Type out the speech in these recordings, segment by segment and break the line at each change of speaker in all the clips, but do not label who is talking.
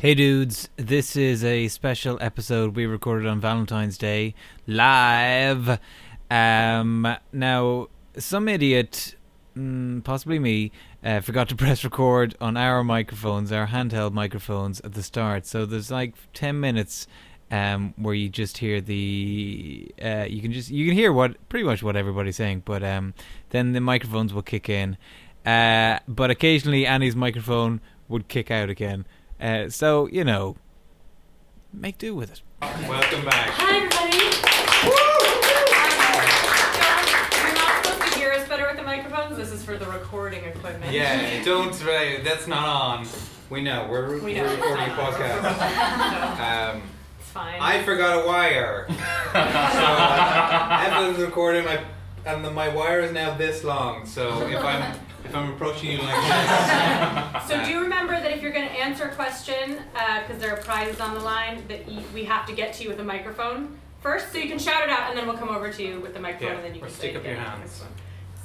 Hey dudes, this is a special episode we recorded on Valentine's Day live. Um, now, some idiot, mm, possibly me, uh, forgot to press record on our microphones, our handheld microphones at the start. So there's like 10 minutes um, where you just hear the uh, you can just you can hear what pretty much what everybody's saying, but um, then the microphones will kick in. Uh, but occasionally Annie's microphone would kick out again. Uh, so you know, make do with it. Welcome back.
Hi, everybody. You're not supposed to hear us better with the microphones. This is for the recording equipment.
Yeah, don't say that's not on. We know we're,
We
we're
know.
recording a podcast.
So,
Um,
it's fine.
I forgot a wire, so Evelyn's recording my and the, my wire is now this long. So if I'm if I'm approaching you like this, uh,
so do remember that if you're going to answer a question, because there are prizes on the line, that y- we have to get to you with a microphone first, so you can shout it out, and then we'll come over to you with the microphone,
Yeah,
and then you
or
can say
stick
it
up your
again.
hands.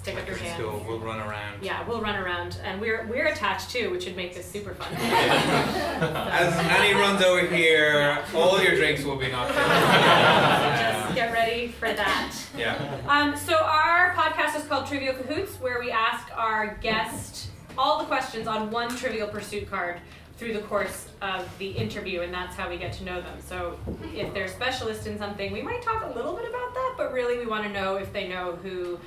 Stick up your
Let's
hands.
go. We'll run around.
Yeah, we'll run around, and we're we're attached too, which would make this super fun.
As Annie runs over here, all your drinks will be knocked
Just
out.
get ready for that.
yeah.
Um, so our podcast is called Trivial Cahoots, where we ask our guest all the questions on one Trivial Pursuit card through the course of the interview, and that's how we get to know them. So if they're specialists in something, we might talk a little bit about that, but really we want to know if they know who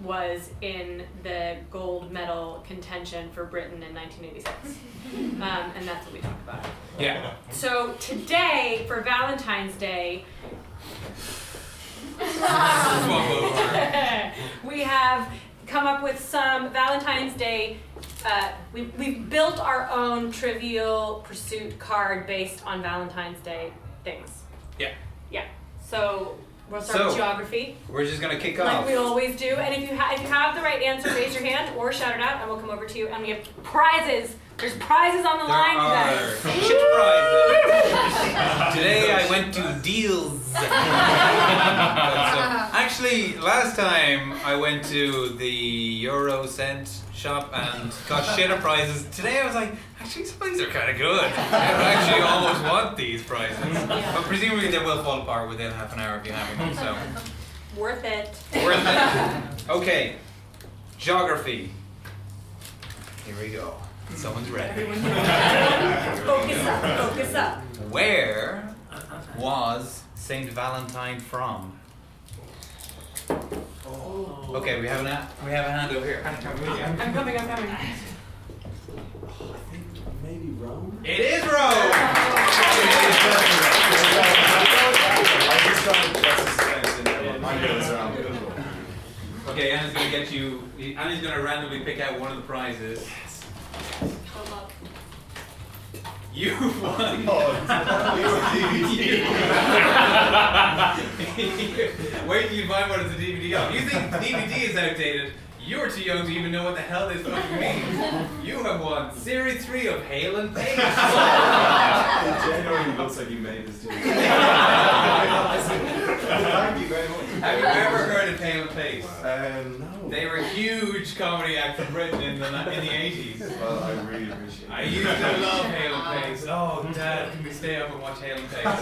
was in the gold medal contention for Britain in 1986. Um, and that's what we talk about.
Yeah.
So today, for Valentine's Day,
Swap over.
we have come up with some Valentine's Day. Uh, we, we've built our own trivial pursuit card based on Valentine's Day things.
Yeah.
Yeah. So we'll start with
So-
geography,
We're just gonna kick
like
off.
we always do. And if you, ha- if you have the right answer, raise your hand or shout it out, and we'll come over to you. And we have prizes. There's prizes on the
There
line, you
are
guys.
shit prizes. Today I went to deals. So, actually, last time I went to the Euro cent shop and got shitter prizes. Today I was like, actually, some of these are kind of good. I would actually almost want these prizes. But presumably they will fall apart within half an hour of you having them,
Worth it.
so worth it. Okay, geography. Here we go. Someone's ready.
Focus up. Focus up.
Where was Saint Valentine from? Okay, we have an a- we have a Oh. hand over here.
I'm coming. I'm coming.
Maybe Rome?
It is Rome. Oh. Okay, Anna's gonna get you. Anna's gonna randomly pick out one of the prizes.
Good luck.
You won. Where did you find one of the DVD of? Oh, You think DVD is outdated? You're too young to even know what the hell this fucking means. You have won series three of Hail and Pace.
January looks like you made this dude. Thank you very much.
Have you ever heard of Hail and Pace?
Um, no.
They were a huge comedy act from Britain in the ni- in the eighties.
Well, I really appreciate it.
I used to love Hail and Pace. Oh, Dad, can we stay up and watch Hail and Pace? now you,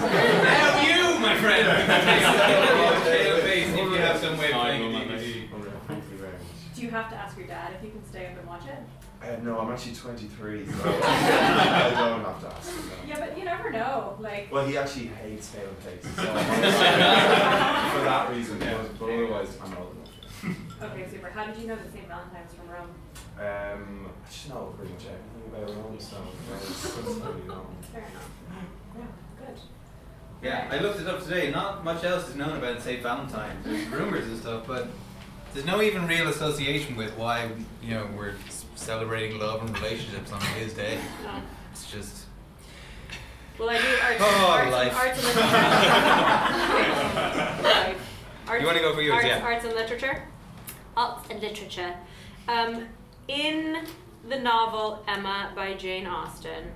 my friend, can stay up and watch Hail and Pace if you have some way of playing a DVD.
Alright, Thank you very much.
Do you have to ask your dad if you can stay up and watch it?
Uh, no, I'm actually 23, so I don't have to ask him. that.
Yeah, but you never know. Like,
Well, he actually hates pale faces, so I'm for that reason, but, but otherwise, I'm old enough.
okay, super. How did you know that St. Valentine's from Rome?
Um, I just know pretty much everything about Rome, so I just really know.
Fair enough. Yeah, good.
Yeah, I looked it up today. Not much else is known about St. Valentine. There's rumors and stuff, but there's no even real association with why you know we're s- celebrating love and relationships on his day.
Um,
It's just
well, I do arts,
Oh,
arts,
life.
arts and literature. Life. Arts-
You wanna go for yours,
arts,
yeah.
Arts and literature. Arts and literature. Um, in the novel Emma by Jane Austen,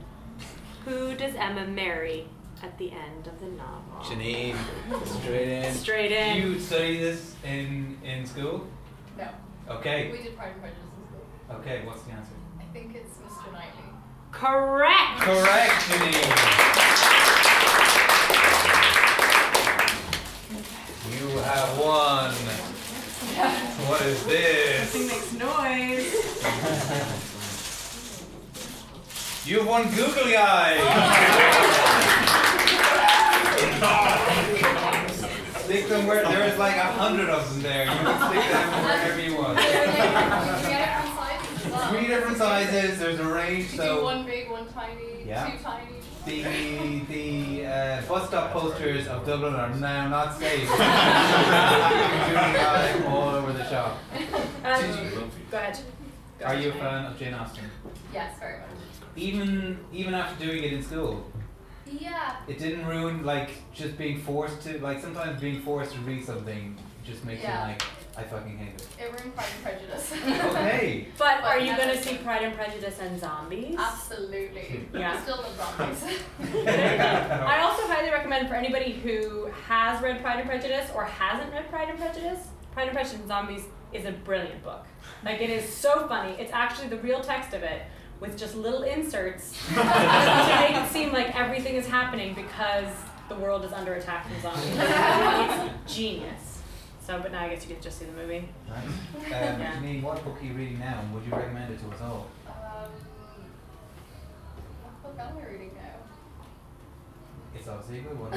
who does Emma marry at the end of the novel?
Janine straight in.
Straight in.
You study this in in school?
No.
Okay.
We did Pride and Prejudice in school.
Okay. What's the answer?
I think it's Mr. Knightley.
Correct.
Correct, Janine. You have won. What is
Thing
this?
makes noise.
You've won googly eyes. Stick them where there's like a hundred of them there. You can stick them wherever you want. Three different sizes. There's a range. So.
one big, one tiny,
Yeah.
two tiny.
The the uh, bus stop posters of Dublin are now not safe. all over the shop.
Um, go ahead. Go
Are
ahead.
you a fan of Jane Austen?
Yes, very much.
Even even after doing it in school,
Yeah.
it didn't ruin like just being forced to like sometimes being forced to read something just makes
Yeah.
you like I fucking hate it.
It ruined Pride and Prejudice.
Okay.
But are you going to see Pride and Prejudice and zombies?
Absolutely.
Yeah.
Still love zombies.
I also highly recommend for anybody who has read Pride and Prejudice or hasn't read Pride and Prejudice, Pride and Prejudice and Zombies is a brilliant book. Like it is so funny. It's actually the real text of it with just little inserts to make it seem like everything is happening because the world is under attack from zombies. it's genius. So, but now I guess you get to just see the movie.
Nice. Um,
Yeah.
Janine, what book are you reading now? and Would you recommend it to us all?
um, what book am I reading
It's obviously a good one.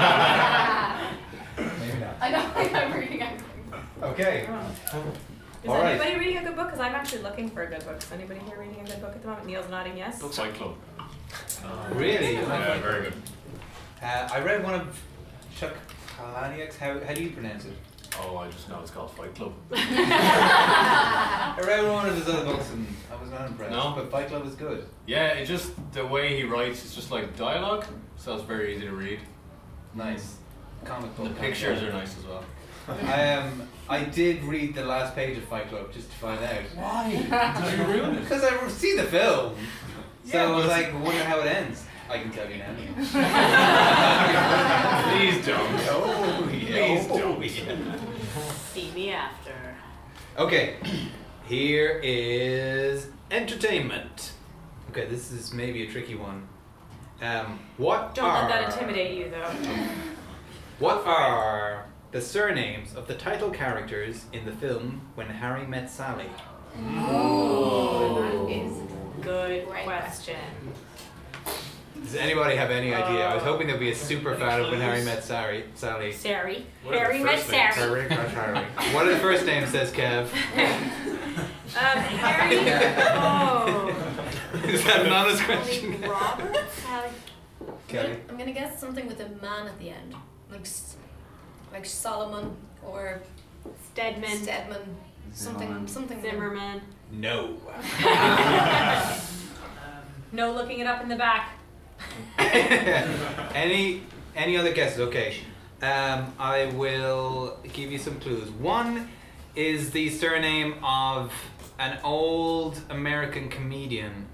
now?
Maybe not.
I don't think I'm reading anything.
Okay.
Is
All right.
anybody reading a good book? Because I'm actually looking for a good book. Is anybody here reading a good book at the moment? Neil's nodding yes.
Book Fight Club.
Really?
Yeah, very good.
Uh, I read one of Chuck Palahniuk's. How, how do you pronounce it?
Oh, I just know it's called Fight Club.
I read one of his other books and I was not impressed.
No?
but Fight Club is good.
Yeah, it just the way he writes is just like dialogue, so it's very easy to read.
Nice comic book.
The
kind of
pictures
guy.
are nice as well.
I um, I did read the last page of Fight Club just to find out
Why? Did you ruin it?
because I see the film. So
Yeah,
I was
but
like, wonder how it ends. I can tell you now.
Please don't.
Oh, yeah.
Please don't.
See me after.
Okay, here is entertainment. Okay, this is maybe a tricky one. Um, what
Don't
are
let that intimidate you, though.
What are the surnames of the title characters in the film When Harry Met Sally?
Oh, that is
Good
Right.
question.
Does anybody have any idea? I was
Uh,
hoping there'd be a super fan of When Harry Met Sally. Sally.
Sari.
What are the
Harry met
first
Sari.
Harry, Harry. What are the first names? Says Kev.
Um, Harry. Oh.
Is that an honest question?
Only Robert?
Uh,
Kelly.
I'm gonna guess something with a man at the end, like S- like Solomon or
Stedman.
Stedman, something something.
Zimmerman.
No.
No looking it up in the back.
any any other guesses? Okay. Um, I will give you some clues. One is the surname of an old American comedian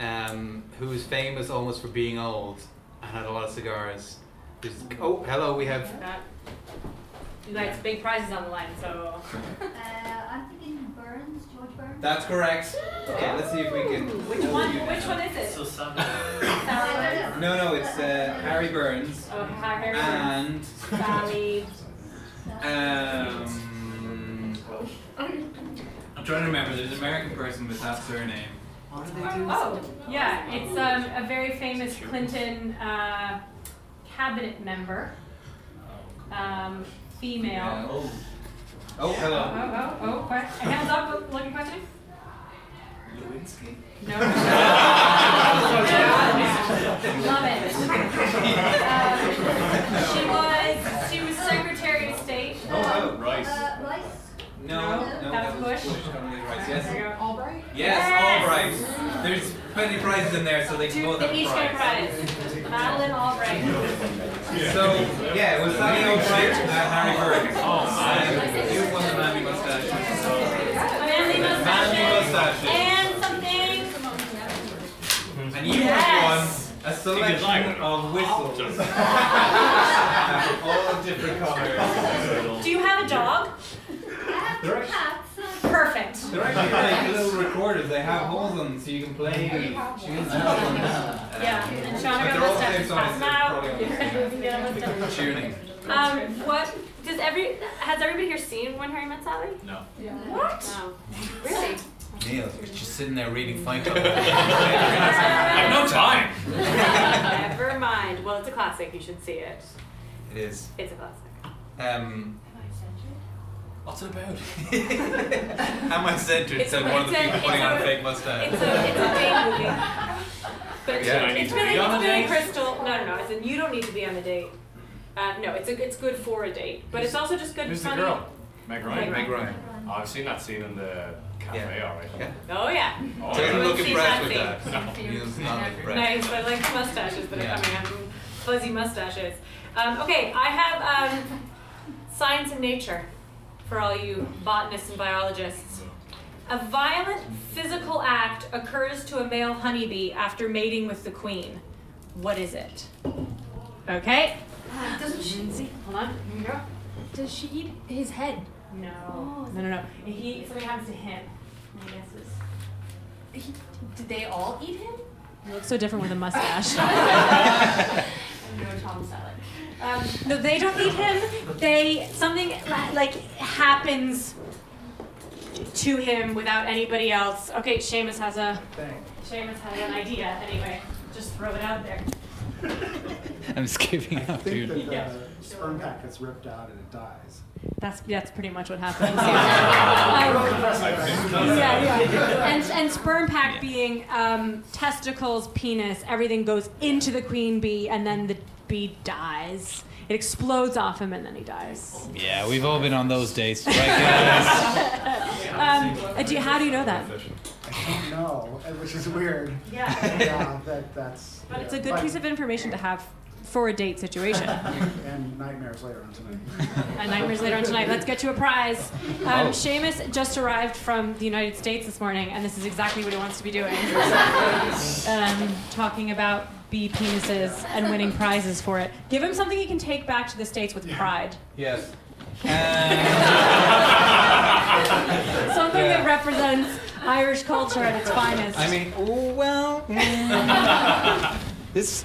um, who is famous almost for being old and had a lot of cigars. There's- oh, hello, we have.
That. You guys, big prizes on the line, so.
Uh, I'm thinking Burns, George Burns.
That's correct. Okay, let's see if we can.
Which one? Which one is it?
So some
Sally.
I don't know.
No, no, it's uh, Harry Burns
Oh, hi, Harry.
and.
Sally.
Um, I'm trying to remember. There's an American person with that surname. What do they
Oh, yeah. It's um, a very famous Clinton uh, cabinet member. Um, female.
Oh. Oh,
Oh,
hello.
oh, oh, oh, que- hands up, looking question?
Lewinsky.
No. Love it. Um, She was, she was Secretary of State.
Oh,
Rice.
Uh, Rice.
No, no, that
That's
was
Bush.
Condoleezza Rice.
There
Yes,
you go. Albright?
yes, all right. There's plenty of prizes in there, so they can
Two,
both
they each get a
have
prize. Madeline Albright.
prizes. So, yeah, it was Sally Albright and Harry Burns. Oh, man. You won the Manly Mustache.
Manly
Manly
mustache.
Mustache.
And something.
And you
Yes.
have won a selection of whistles. all different colours.
Do you have a dog?
I have two cats.
Perfect.
They're actually like little recorders. They have holes in them, so you can play.
Yeah, and
But
Sean around
they're
the
all
steps
safe
and pass them
songs,
out.
they're probably on the
You can get on the steps.
Tuning.
Um, what does every has everybody here seen When Harry Met Sally?
No.
What?
No.
Really?
Neil, you're just sitting there reading Fight
I have no time.
Never mind. Well, it's a classic. You should see it.
It is.
It's a classic.
Um,
What's it about?
am I centered?
It's
Said
a-
one of the
it's a-
people putting on a
it's a-
fake
It's
mustache.
a it's a date movie. But it's,
Yeah, I need
it's
to
really
be on
it's
a
really
date.
crystal. No, no, no. It's in, you don't need to be on a date. Uh, no, it's a, it's good for a date, but it's also just good.
Who's the
funny.
girl? Meg Ryan.
Meg
Ryan.
Oh, I've seen that scene in the cafe,
Yeah.
alright.
Yeah.
Oh yeah.
Oh,
Doesn't
Everyone
look
sees
impressed with
that
that. Neil's not impressed.
Nice. I like mustaches that
Yeah.
are coming out. Fuzzy mustaches. Um, okay, I have um, science and nature for all you botanists and biologists. A violent physical act occurs to a male honeybee after mating with the queen. What is it? Okay.
Doesn't she?
Hold on. Here we go.
Does she eat his head? Oh.
No. No, no, no. He something happens to him. My guess is.
He, did they all eat him?
You look so different with a mustache.
No Tom Selleck.
Um, no, they don't eat him. They something li- like happens to him without anybody else. Okay, Seamus has a Seamus has an idea anyway. Just throw it out there.
I'm just giving up,
think
dude.
that the sperm pack gets ripped out and it dies.
That's that's pretty much what happens. Um, yeah, yeah. And and sperm pack being um, testicles, penis, everything goes into the queen bee, and then the bee dies. It explodes off him, and then he dies.
Yeah, we've all been on those dates, right, guys?
Um, uh, do you- how do you know that?
No, uh, which is weird.
Yeah.
Yeah, that, that's.
But it's a good piece of information to have for a date situation.
And nightmares later on tonight.
and nightmares later on tonight. Let's get you a prize.
Oh.
Um, Seamus just arrived from the United States this morning, and this is exactly what he wants to be doing. um, talking about bee penises and winning prizes for it. Give him something he can take back to the States with pride.
Yes. Um,
Something that represents Irish culture at its finest.
I mean, oh, well. mm. this.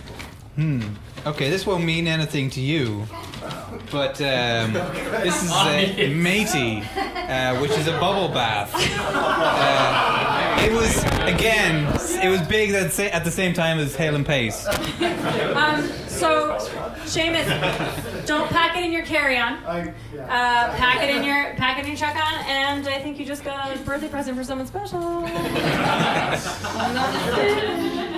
Hmm. Okay, this won't mean anything to you, but um, this is a matey, uh, which is a bubble bath. Uh, it was again, it was big at, sa- at the same time as Hale and Pace.
Um, so, Seamus, don't pack it in your carry-on.
I, yeah.
Uh, pack it in your pack it in your check-on, and I think you just got a birthday present for someone special.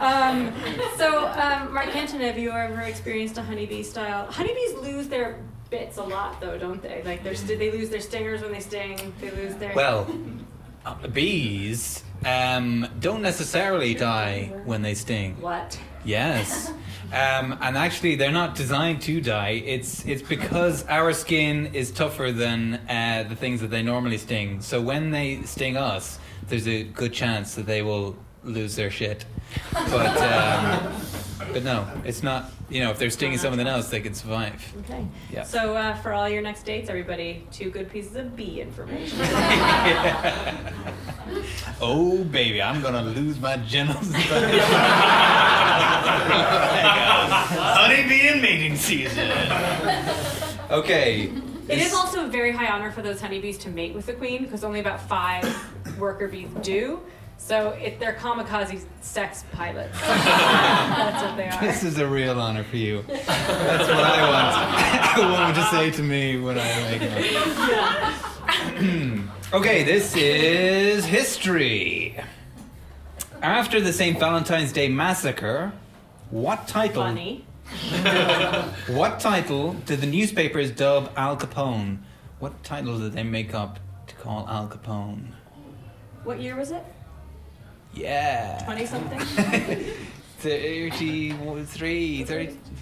Um, so, um, Mark Kenton, have you ever experienced a honeybee style? Honeybees lose their bits a lot, though, don't they? Like, they're st- they lose their stingers when they sting. They lose their.
Well, uh, bees um, don't necessarily die when they sting.
What?
Yes. Um, and actually, they're not designed to die. It's it's because our skin is tougher than uh, the things that they normally sting. So when they sting us, there's a good chance that they will lose their shit. But um, but no, it's not. You know, if they're stinging someone else, they can survive.
Okay.
Yeah.
So, uh, for all your next dates, everybody, two good pieces of bee information.
oh baby, I'm gonna lose my genitals.
Honeybee in mating season.
okay.
It is
This-
also a very high honor for those honeybees to mate with the queen because only about five worker bees do. So it, they're kamikaze sex pilots. That's what they are.
This is a real honor for you. That's what I want a woman to say to me when I make love. okay, this is history. After the St. Valentine's Day massacre, what title?
Funny.
What title did the newspapers dub Al Capone? What title did they make up to call Al Capone?
What year was it?
Yeah.
20 something?
33, 30,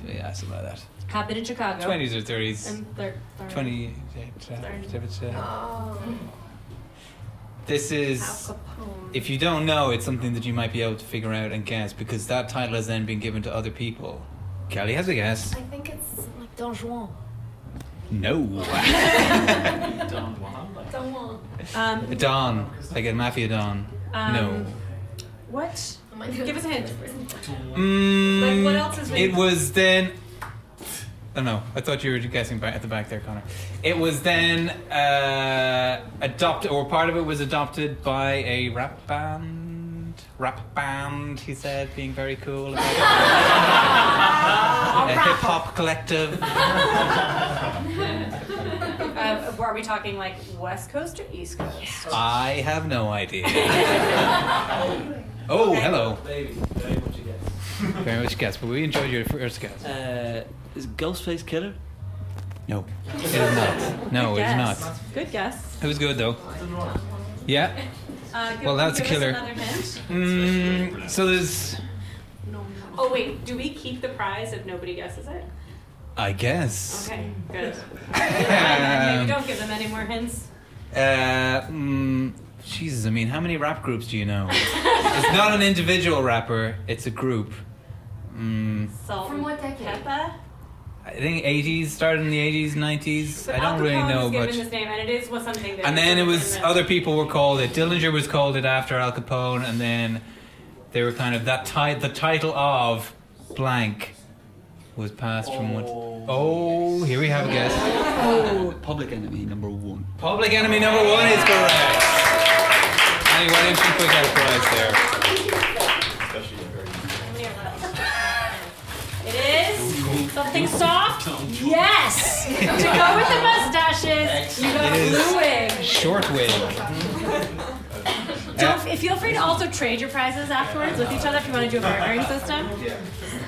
yeah, something like that.
Happened in Chicago.
20s or 30s.
And thir- thir-
20.
Oh,
uh, This is.
Al Capone.
If you don't know, it's something that you might be able to figure out and guess because that title has then been given to other people. Kelly has a guess.
I think it's like Don Juan.
No.
Don Juan.
Don't want.
Um,
Don. Like a mafia Don.
um,
no.
What?
Oh my God.
Give us a hint.
Mm,
Like, what else is
It was then. I don't know. I thought you were guessing back at the back there, Connor. It was then uh, adopted, or part of it was adopted by a rap band. Rap band, he said, being very cool. About it. a hip hop collective.
Uh, are we talking like West Coast or East Coast?
I have no idea. oh, hello.
Baby, very much a guess.
Very much guess, but we enjoyed your first guess.
Uh, is Ghostface Killer?
No, it is not. No, it is
Guess.
not.
Good guess.
It was good though. Yeah.
Uh,
Well, that's a
give us
killer.
Another hint.
Mm, so there's,
Oh wait, do we keep the prize if nobody guesses it?
I guess.
Okay, good. Maybe
Um,
don't give them any more hints.
uh, mm, Jesus, I mean, how many rap groups do you know? it's not an individual rapper; it's a group. Mm,
Salt.
From what decade?
Peppa.
I think 80s, started in the 80s, 90s.
But
I
Al
don't really
Capone
know
was given
much.
This name, and it is was something. That
And then it was
in the-
other people were called it. Dillinger was called it after Al Capone, and then they were kind of that ti- the title of blank was passed from what? Oh, here we have a guess.
Public Enemy number one.
Public Enemy number one is correct. Annie, why didn't you put that prize there?
Especially the very.
It is something soft.
Yes! to go with the mustaches, you got
It is-
blue wig.
Short wig.
Don't, feel free to also trade your prizes afterwards with each other if you want to do a bartering system.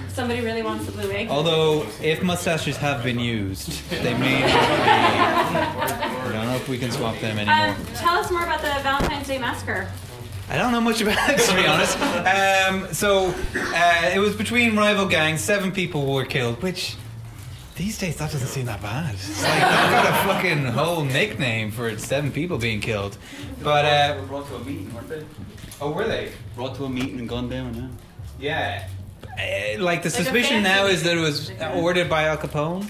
Somebody really wants the blue wig.
Although, if mustaches have been used, they may not be. I don't know if we can swap them
Um,
anymore.
tell us more about the Valentine's Day massacre.
I don't know much about it, to be honest. Um, so, uh, it was between rival gangs. Seven people were killed, which these days that doesn't seem that bad. It's like, I've got a fucking whole nickname for seven people being killed. But,
They
uh,
were brought to a meeting, weren't they?
oh, were they?
Brought to a meeting and gone down, yeah.
Yeah. Uh, like the
Like a
suspicion
fancy-
now is that it was ordered by Al Capone,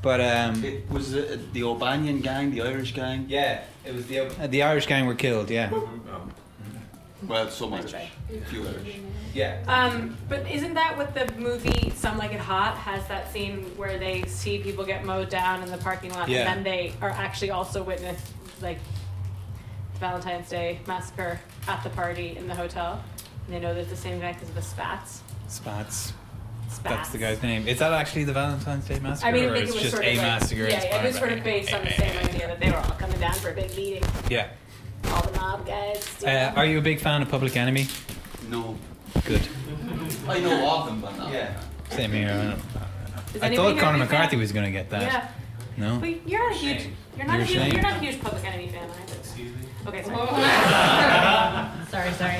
but um,
It was uh, the Albanian gang, the Irish gang.
yeah, it was the the Irish gang were killed. Yeah,
Mm-hmm.
Well, some Irish. A few Irish.
yeah.
Um, but isn't that what the movie Some Like It Hot has that scene where they see people get mowed down in the parking lot
Yeah.
and then they are actually also witness like the Valentine's Day massacre at the party in the hotel? And they know that it's the same guy because of the spats.
Spats.
spats.
That's the guy's name. Is that actually the Valentine's Day massacre?
I mean, I
or
think
it's
it was
just
sort
a
of like,
massacre.
Yeah, yeah, it
inspired
was
by
sort of based on the same idea that they were all coming down for a big meeting.
Yeah.
All the mob guys. you
Uh,
know.
are you a big fan of Public Enemy?
No.
Good.
I know of them, but not.
Yeah.
Same here. I, don't-
Is
I
anybody
thought
here
Conor
a big fan?
McCarthy was going to get that.
Yeah.
No.
But you're not a huge. You're not
You're
a huge.
ashamed.
You're not a huge Public Enemy fan either. Okay, sorry. sorry, sorry.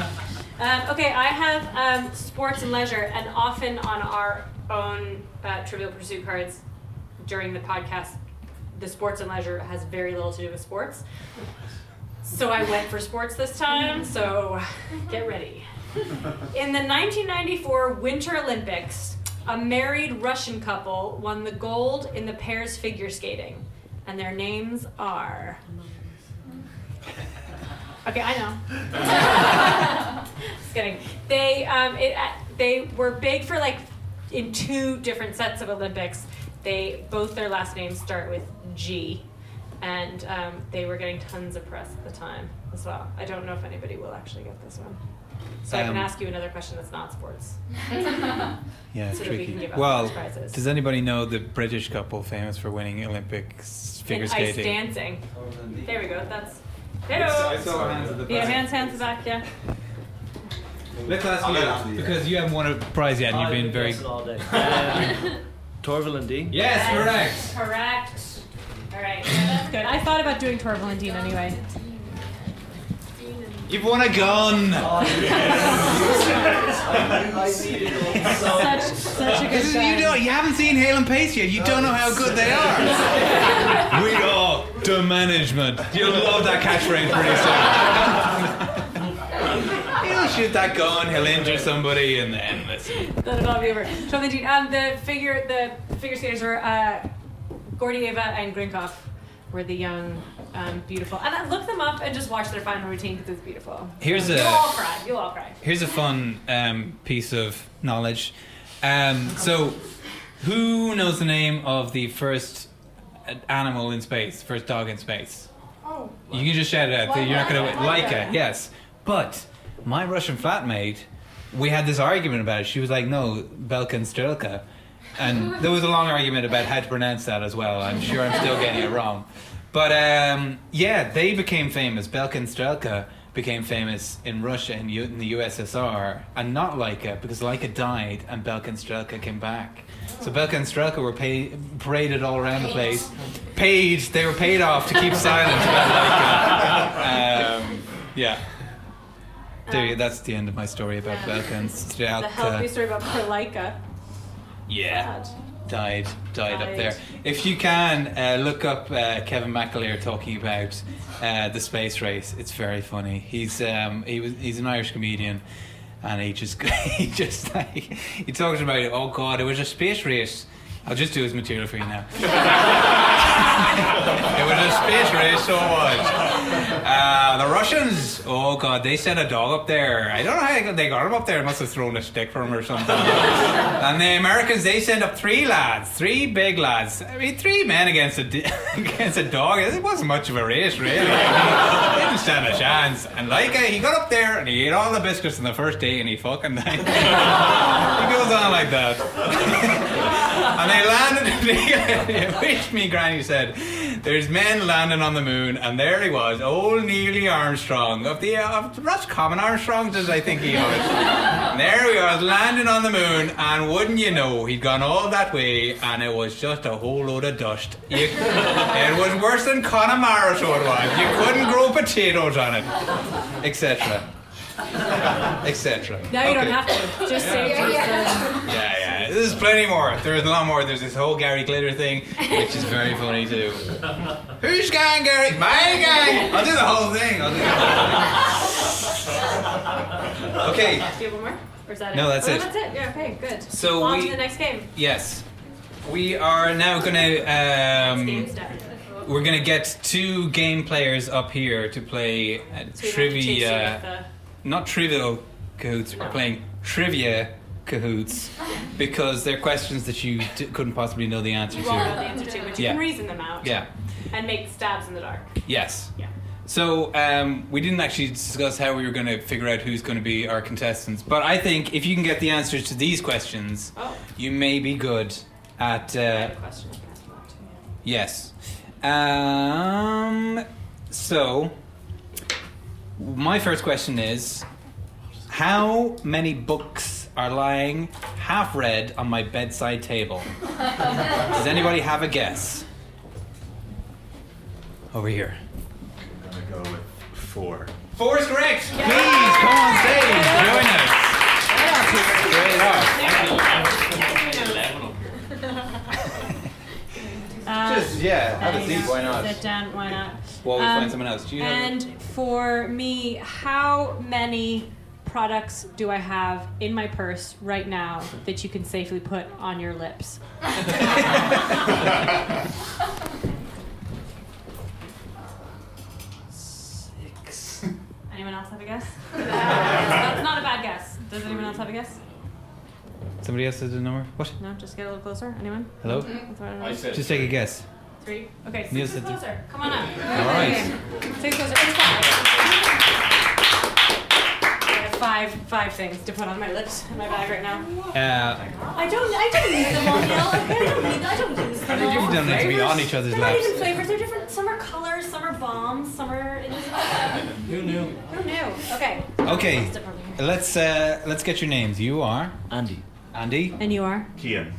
Um, okay, I have um, sports and leisure, and often on our own uh, Trivial Pursuit cards during the podcast, the sports and leisure has very little to do with sports. So I went for sports this time. So get ready. In the 1994 Winter Olympics, a married Russian couple won the gold in the pair's figure skating, and their names are. Okay, I know. Just kidding. They um, it, uh, they were big for like in two different sets of Olympics. They both their last names start with G, and um, they were getting tons of press at the time as well. I don't know if anybody will actually get this one, so I can
Um,
ask you another question that's not sports.
Yeah, it's
so that we
tricky.
can give out
well,
those prizes.
does anybody know the British couple famous for winning Olympics figure
and
skating?
ice dancing. There we go. That's.
I
Hello.
saw hands at the
Yeah,
back.
hands, hands back. Yeah.
Let's ask
I'll
you,
get on to you.
because you haven't won a prize yet, and you've
I've
been very.
guessing all day. Um, Torval and Dean.
Oh, Yes, correct.
Yes, Correct. All right.
That's good. I thought about doing Torval and Dean anyway.
You've won a gun.
Such, such a good
This is-
guy.
you don't. You haven't seen Hale and Pace yet. You don't know how good they are. we are the management. You'll love that catchphrase pretty soon. He'll shoot that gun. He'll injure somebody, and then listen.
That'll all be over. Torval and Dean. Um, the figure, the figure skaters were uh, Gordieva and Grinkoff were the young, um, beautiful. And I look them up and just watch their final routine because it's beautiful.
Here's
you'll
a-
all cry. You'll all cry.
Here's a fun um, piece of knowledge. Um, so, who knows the name of the first uh, animal in space, first dog in space?
Oh.
You can just shout it out. You're not going to like
Laika.
it. Yes, but my Russian flatmate, we had this argument about it. She was like, "No, Belka and Strelka," and there was a long argument about how to pronounce that as well. I'm sure I'm still getting it wrong, but um, yeah, they became famous. Belka and Strelka became famous in Russia and U- in the USSR, and not Laika because Laika died and Belka and Strelka came back. So Belka and Strelka were pay- paraded all around the place. Paid, they were paid off to keep silent about Laika. Um, yeah. There, you- that's the end of my story about Belka and
The healthy
Strelka.
story about Perlaika.
uh, Yeah. Died, died up
Died.
there. If you can, uh, look up uh, Kevin McAleer talking about uh, the space race. It's very funny. He's um, he was he's an Irish comedian, and he just he just like, he talks about it. Oh God, it was a space race. I'll just do his material for you now. it was a space race, so much. Uh, the Russians, oh god, they sent a dog up there. I don't know how they got- they got him up there. They must have thrown a stick from him or something. and the Americans, they sent up three lads, three big lads. I mean, three men against a d- against a dog. It wasn't much of a race, really. they didn't stand a chance. And like uh, he got up there and he ate all the biscuits on the first day, and he fucking died. he goes on like that. And they landed, which me granny said, there's men landing on the moon, and there he was, old Neely Armstrong, of the, uh, of the Roscommon Armstrongs, as I think he was. And there he was, landing on the moon, and wouldn't you know, he'd gone all that way, and it was just a whole load of dust. You- it was worse than Connemara, so it was. You couldn't grow potatoes on it, etc. etc.
Now you don't have to. Just say
Yeah,
it.
yeah.
Yeah, yeah. There's plenty more. There's a lot more. There's this whole Gary Glitter thing, which is very funny too. Who's gang, Gary? My gang. I'll do the whole thing. I'll do the whole
Do you
thing. Okay.
have one more? Or is that
No,
it?
that's
oh,
it.
That's it. Yeah. Okay. Good.
So
on
we-
to the next game.
Yes. We are now gonna um,
Game's done.
we're gonna get two game players up here to play uh,
So we don't have to chase you with
trivia.
the-
Not trivial cahoots. We're playing trivia cahoots because they're questions that you d- couldn't possibly know the answer
You
to.
won't know the answer to, but you
Yeah.
can reason them out.
Yeah.
And make stabs in the dark.
Yes. Yeah. So um, we didn't actually discuss how we were going to figure out who's going to be our contestants, but I think if you can get the answers to these questions,
Oh.
you may be good at. Uh,
Question.
yes. Um, so my first question is: How many books are lying half read on my bedside table? Does anybody have a guess? Over here.
I'm gonna go with four.
Four is correct. Please come on stage, join us. Great
Um,
Just, yeah, have a
I
seat,
know.
why not?
Sit down, why not?
While we
Um,
find someone else, do you have?
and for me, how many products do I have in my purse right now that you can safely put on your lips?
Six.
Anyone else have a guess? That's not a bad guess. Does anyone else have a guess?
Somebody else has a number. What?
No, just get a little closer. Anyone?
Hello.
That's what I don't know.
Just take a guess.
Three. Okay,
Neil
six is
said three.
closer. Come on up.
All right.
Six closer. It's five. I have Five, five things to put on my lips in my bag right now.
Uh,
I don't, I don't need them all, Neil. I don't need, I don't use them all.
you don't need to be on each other's
They're not
laps.
even flavors. They're different. Some are colors. Some are bombs. Some are. It is,
Who knew?
who knew? Okay.
Okay. Let's uh, let's get your names. You are Andy. Andy.
And you are
Kian.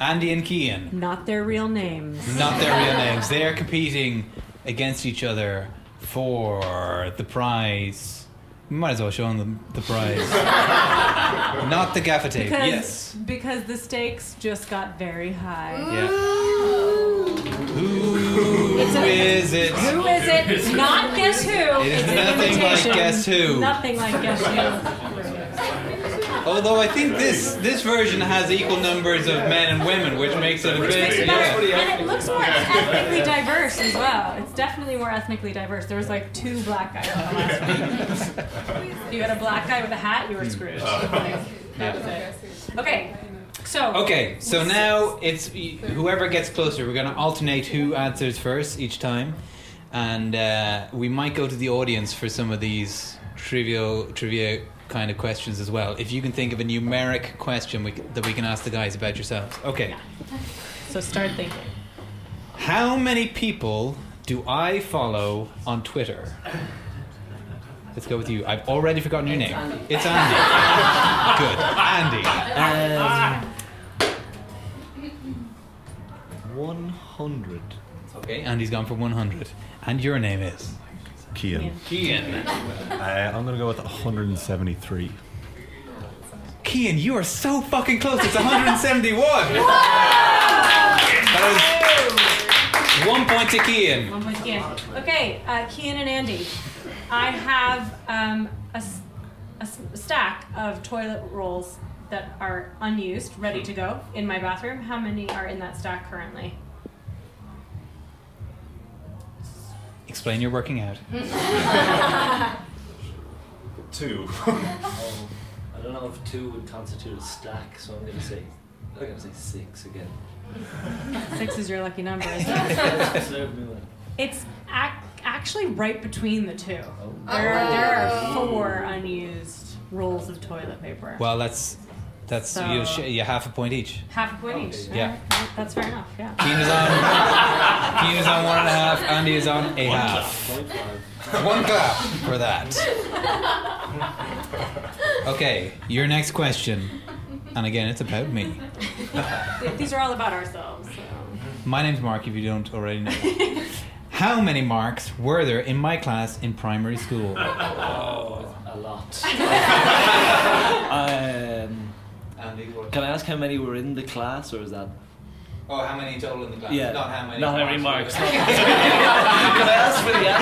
Andy and Kian.
not their real names.
Not their real names. They are competing against each other for the prize. We might as well show them the prize. Not the gaffer tape.
Because,
Yes.
because the stakes just got very high.
Yeah. Who is it?
Who is it? Not guess who.
It is
It's an
nothing like
imitation.
Guess Who.
Nothing like guess who.
Although I think this this version has equal numbers of men and women, which makes it a
Which
bit.
makes it better. And it looks more ethnically
Yeah.
diverse as well. It's definitely more ethnically diverse. There was like two black guys on the last one. You had a black guy with a hat, you were screwed.
Oh.
That was it. Okay, so.
Okay, so now it's whoever gets closer. We're gonna alternate who answers first each time, and uh, we might go to the audience for some of these trivial trivia kind of questions as well. If you can think of a numeric question we, c- that we can ask the guys about yourselves. Okay,
So start thinking.
how many people do I follow on Twitter? Let's go with you. I've already forgotten your name. It's Andy. Good, Andy. Um,
100.
Okay, Andy's gone for 100. And your name is?
Kian.
Kian.
Uh, I'm going to go with 173.
Kian, you are so fucking close. It's 171. that is one point to Kian.
One with Ian. Okay, uh, Kian and Andy. I have um, a, s- a s- a stack of toilet rolls that are unused, ready to go in my bathroom. How many are in that stack currently?
Explain your working out.
Two. I don't know if two would constitute a stack, so I'm gonna say I'm gonna say six again.
Six is your lucky number. isn't it?
Serve me well.
it's ac- actually right between the two. There, are- there are four unused rolls of toilet paper.
Well, that's that's
So-
you. Sh- you half a point each.
Half a point each.
Yeah.
Alright, That's fair enough. Yeah.
Keen is on. Keen is on one and a half. Andy is on a half. One clap for that. Okay, your next question, and again, it's about me.
These are all about ourselves. So.
My name's Mark, if you don't already know. How many marks were there in my class in primary school?
Oh, a lot. Uh, um, can I ask how many were in the class, or is that?
Oh, how many total in the class?
Yeah,
Not how many.
Not how many marks.
were
Can
there.
I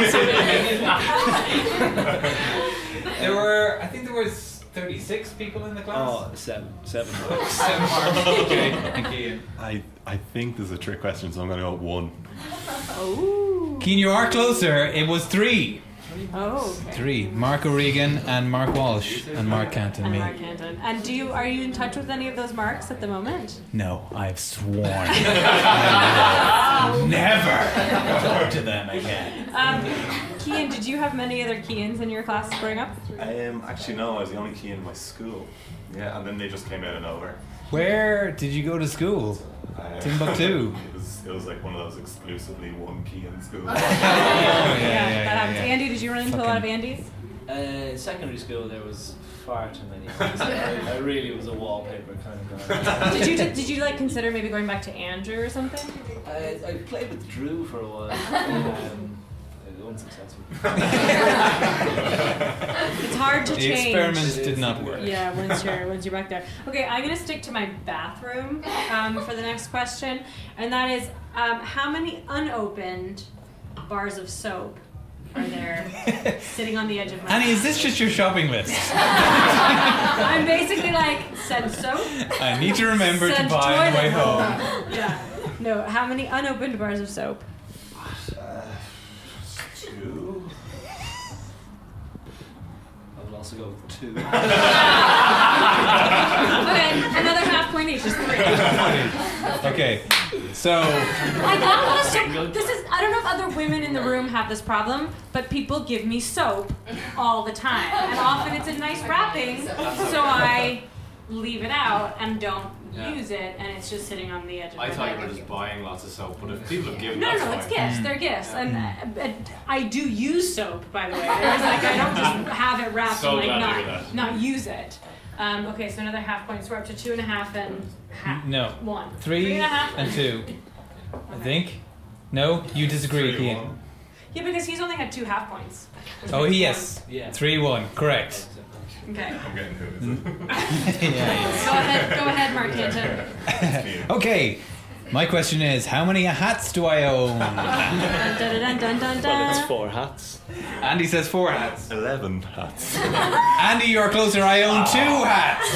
ask for the answer?
There were, I think there was 36 people in the class.
oh, seven, seven
Oh.
marks.
Seven marks. Okay, thank you.
I, I think this is a trick question, so I'm going to go with one.
Keen, you are closer. It was three.
Oh. okay.
Three. Mark O'Regan and Mark Walsh and Mark Canton.
And
me.
Mark Canton. And do you are you in touch with any of those marks at the moment?
No, I've sworn.
Oh.
I will never talk to them again.
Um, Kian, did you have many other Kians in your class growing up?
Um, actually, no, I was the only key in my school. Yeah, and then they just came out of nowhere.
Where did you go to school?
Uh,
Timbuktu.
it, was, it was like one of those exclusively one key in school.
that happens. Andy, did you run into a lot of Andys?
Uh, secondary school, there was far too many. I, I really was a wallpaper kind of guy.
Did you did you like consider maybe going back to Andrew or something?
I, I played with Drew for a while. Um, it was unsuccessful.
It's hard to
The
change.
experiments did not work.
Yeah, once you're once you're back there. Okay, I'm gonna stick to my bathroom um, for the next question, and that is um, how many unopened bars of soap are there sitting on the edge of my?
Annie, is this just your shopping list?
I'm basically like send soap.
I need to remember to
send
buy on the
toilet
way
roll.
home.
Yeah. No, how many unopened bars of soap?
Two.
I would also go with two.
Okay, another half point each is three.
okay, so
I got soap. This is I don't know if other women in the room have this problem, but people give me soap all the time, and often it's in nice wrapping, so I leave it out and don't
Yeah.
use it, and it's just sitting on the edge of
I
my
thought you
bed.
were just buying lots of soap, but if people have given
No,
that's
no, it's
fine.
gifts. They're gifts, and uh, uh, I do use soap, by the way. There's like I don't just have it wrapped
So
and like
glad to
not
hear that.
not use it. Um, okay, so another half point. So we're up to two and a half and half.
no.
One.
Three,
Three and a half.
and two. I think. No, you disagree, Ian.
Yeah, because he's only had two half points.
Oh yes,
Yeah.
three one, correct.
Okay.
I'm getting who it is.
Yeah,
Go ahead. Go ahead, Mark Canton.
Okay, My question is, how many hats do I own?
Dun, dun, dun, dun, dun, dun.
four hats. Andy says four hats.
Eleven hats. Ah.
Andy, you're closer. I own two hats.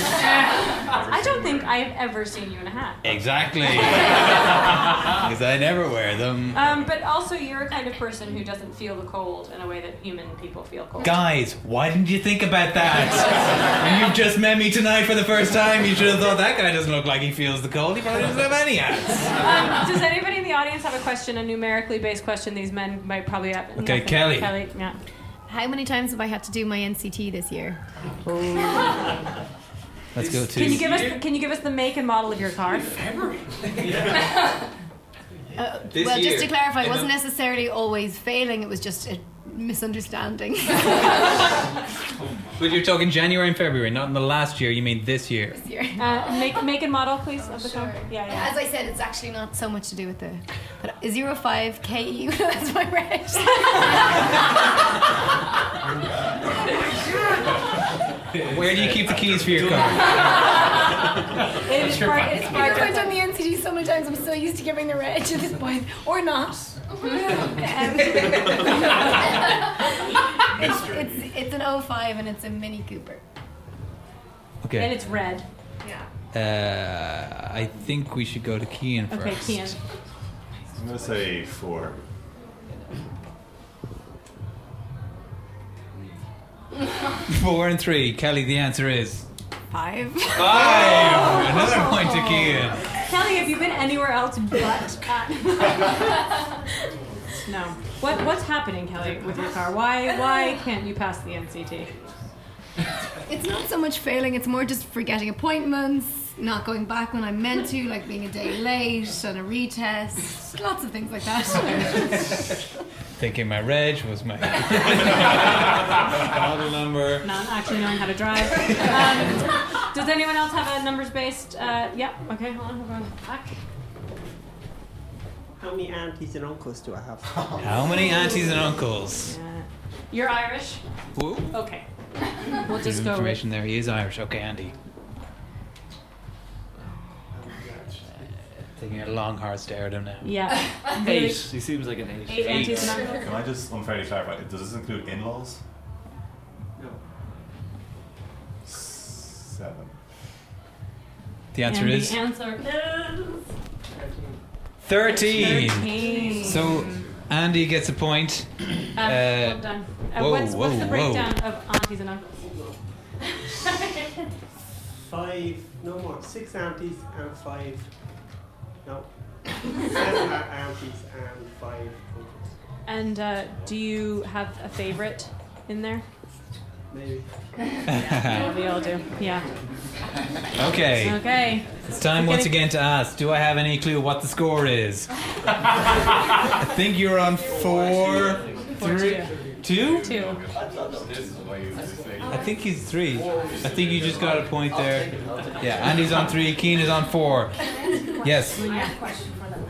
I don't think I've ever seen you in a hat.
Exactly. Because I never wear them.
Um, but also, you're a kind of person who doesn't feel the cold in a way that human people feel cold.
Guys, why didn't you think about that? When You've just met me tonight for the first time. You should have thought that guy doesn't look like he feels the cold. He probably doesn't have any hats.
Um, does anybody in the audience have a question, a numerically based question? These men might probably have.
Okay,
nothing.
Kelly.
Kelly, yeah.
How many times have I had to do my NCT this year?
Let's go to.
Can you give us? The, can you give us the make and model of your car?
Uh,
This
well,
year,
just to clarify,
in
it wasn't
the-
necessarily always failing, it was just a misunderstanding.
But you're talking January and February, not in the last year. You mean this year?
uh, make make and model, please, of the car. Yeah, yeah.
As I said, it's actually not so much to do with the. But 05 KU, E, that's my reg.
Where do you keep the keys for your car?
It is part. It is part.
I've worked on the NCT so many times, I'm so used to giving the reg at this point. Or not. it's, it's, it's an 05 and it's a Mini Cooper.
Okay.
And it's red.
Yeah.
Uh, I think we should go to Kian first.
Okay, Kian.
I'm gonna say four.
Four and three. Kelly, the answer is
Five.
five. Another point to Kian.
Kelly, have you been anywhere else but at? no. What What's happening, Kelly, with your car? Why Why can't you pass the NCT?
It's not so much failing, it's more just forgetting appointments, not going back when I'm meant to, like being a day late and a retest, lots of things like that.
Thinking my reg was my model number.
Not actually knowing how to drive. Um, does anyone else have a numbers based? Uh, yeah. Okay. Hold on. Hold on. Back.
How many aunties and uncles do I have?
How many aunties and uncles?
You're Irish.
Whoa.
Okay. We'll
There's
just go. With,
information there. He is Irish. Okay, Andy. Taking a long, hard stare at him now.
yeah.
Eight. He seems like an eight.
Eight aunties and uncles.
Can I just unfairly clarify? Does this include in-laws?
No.
Seven.
The answer
and
is
The answer is.
13.
Thirteen.
So Andy gets a point.
Um, well done. Uh,
whoa,
what's, what's
whoa,
the breakdown of aunties and uncles?
Five, no more. Six aunties and five. No. Seven a- aunties and five uncles.
and uh, do you have a favorite in there?
Maybe.
Yeah, we all do. Yeah.
Whoa. Okay.
Okay.
It's time once again to ask Do I have any clue what the score is? I think you're on four, three, two?
Two.
I think he's three. I think you just got a point there. Yeah, Andy's on three, Keen is on four. Yes.
I have a question for them.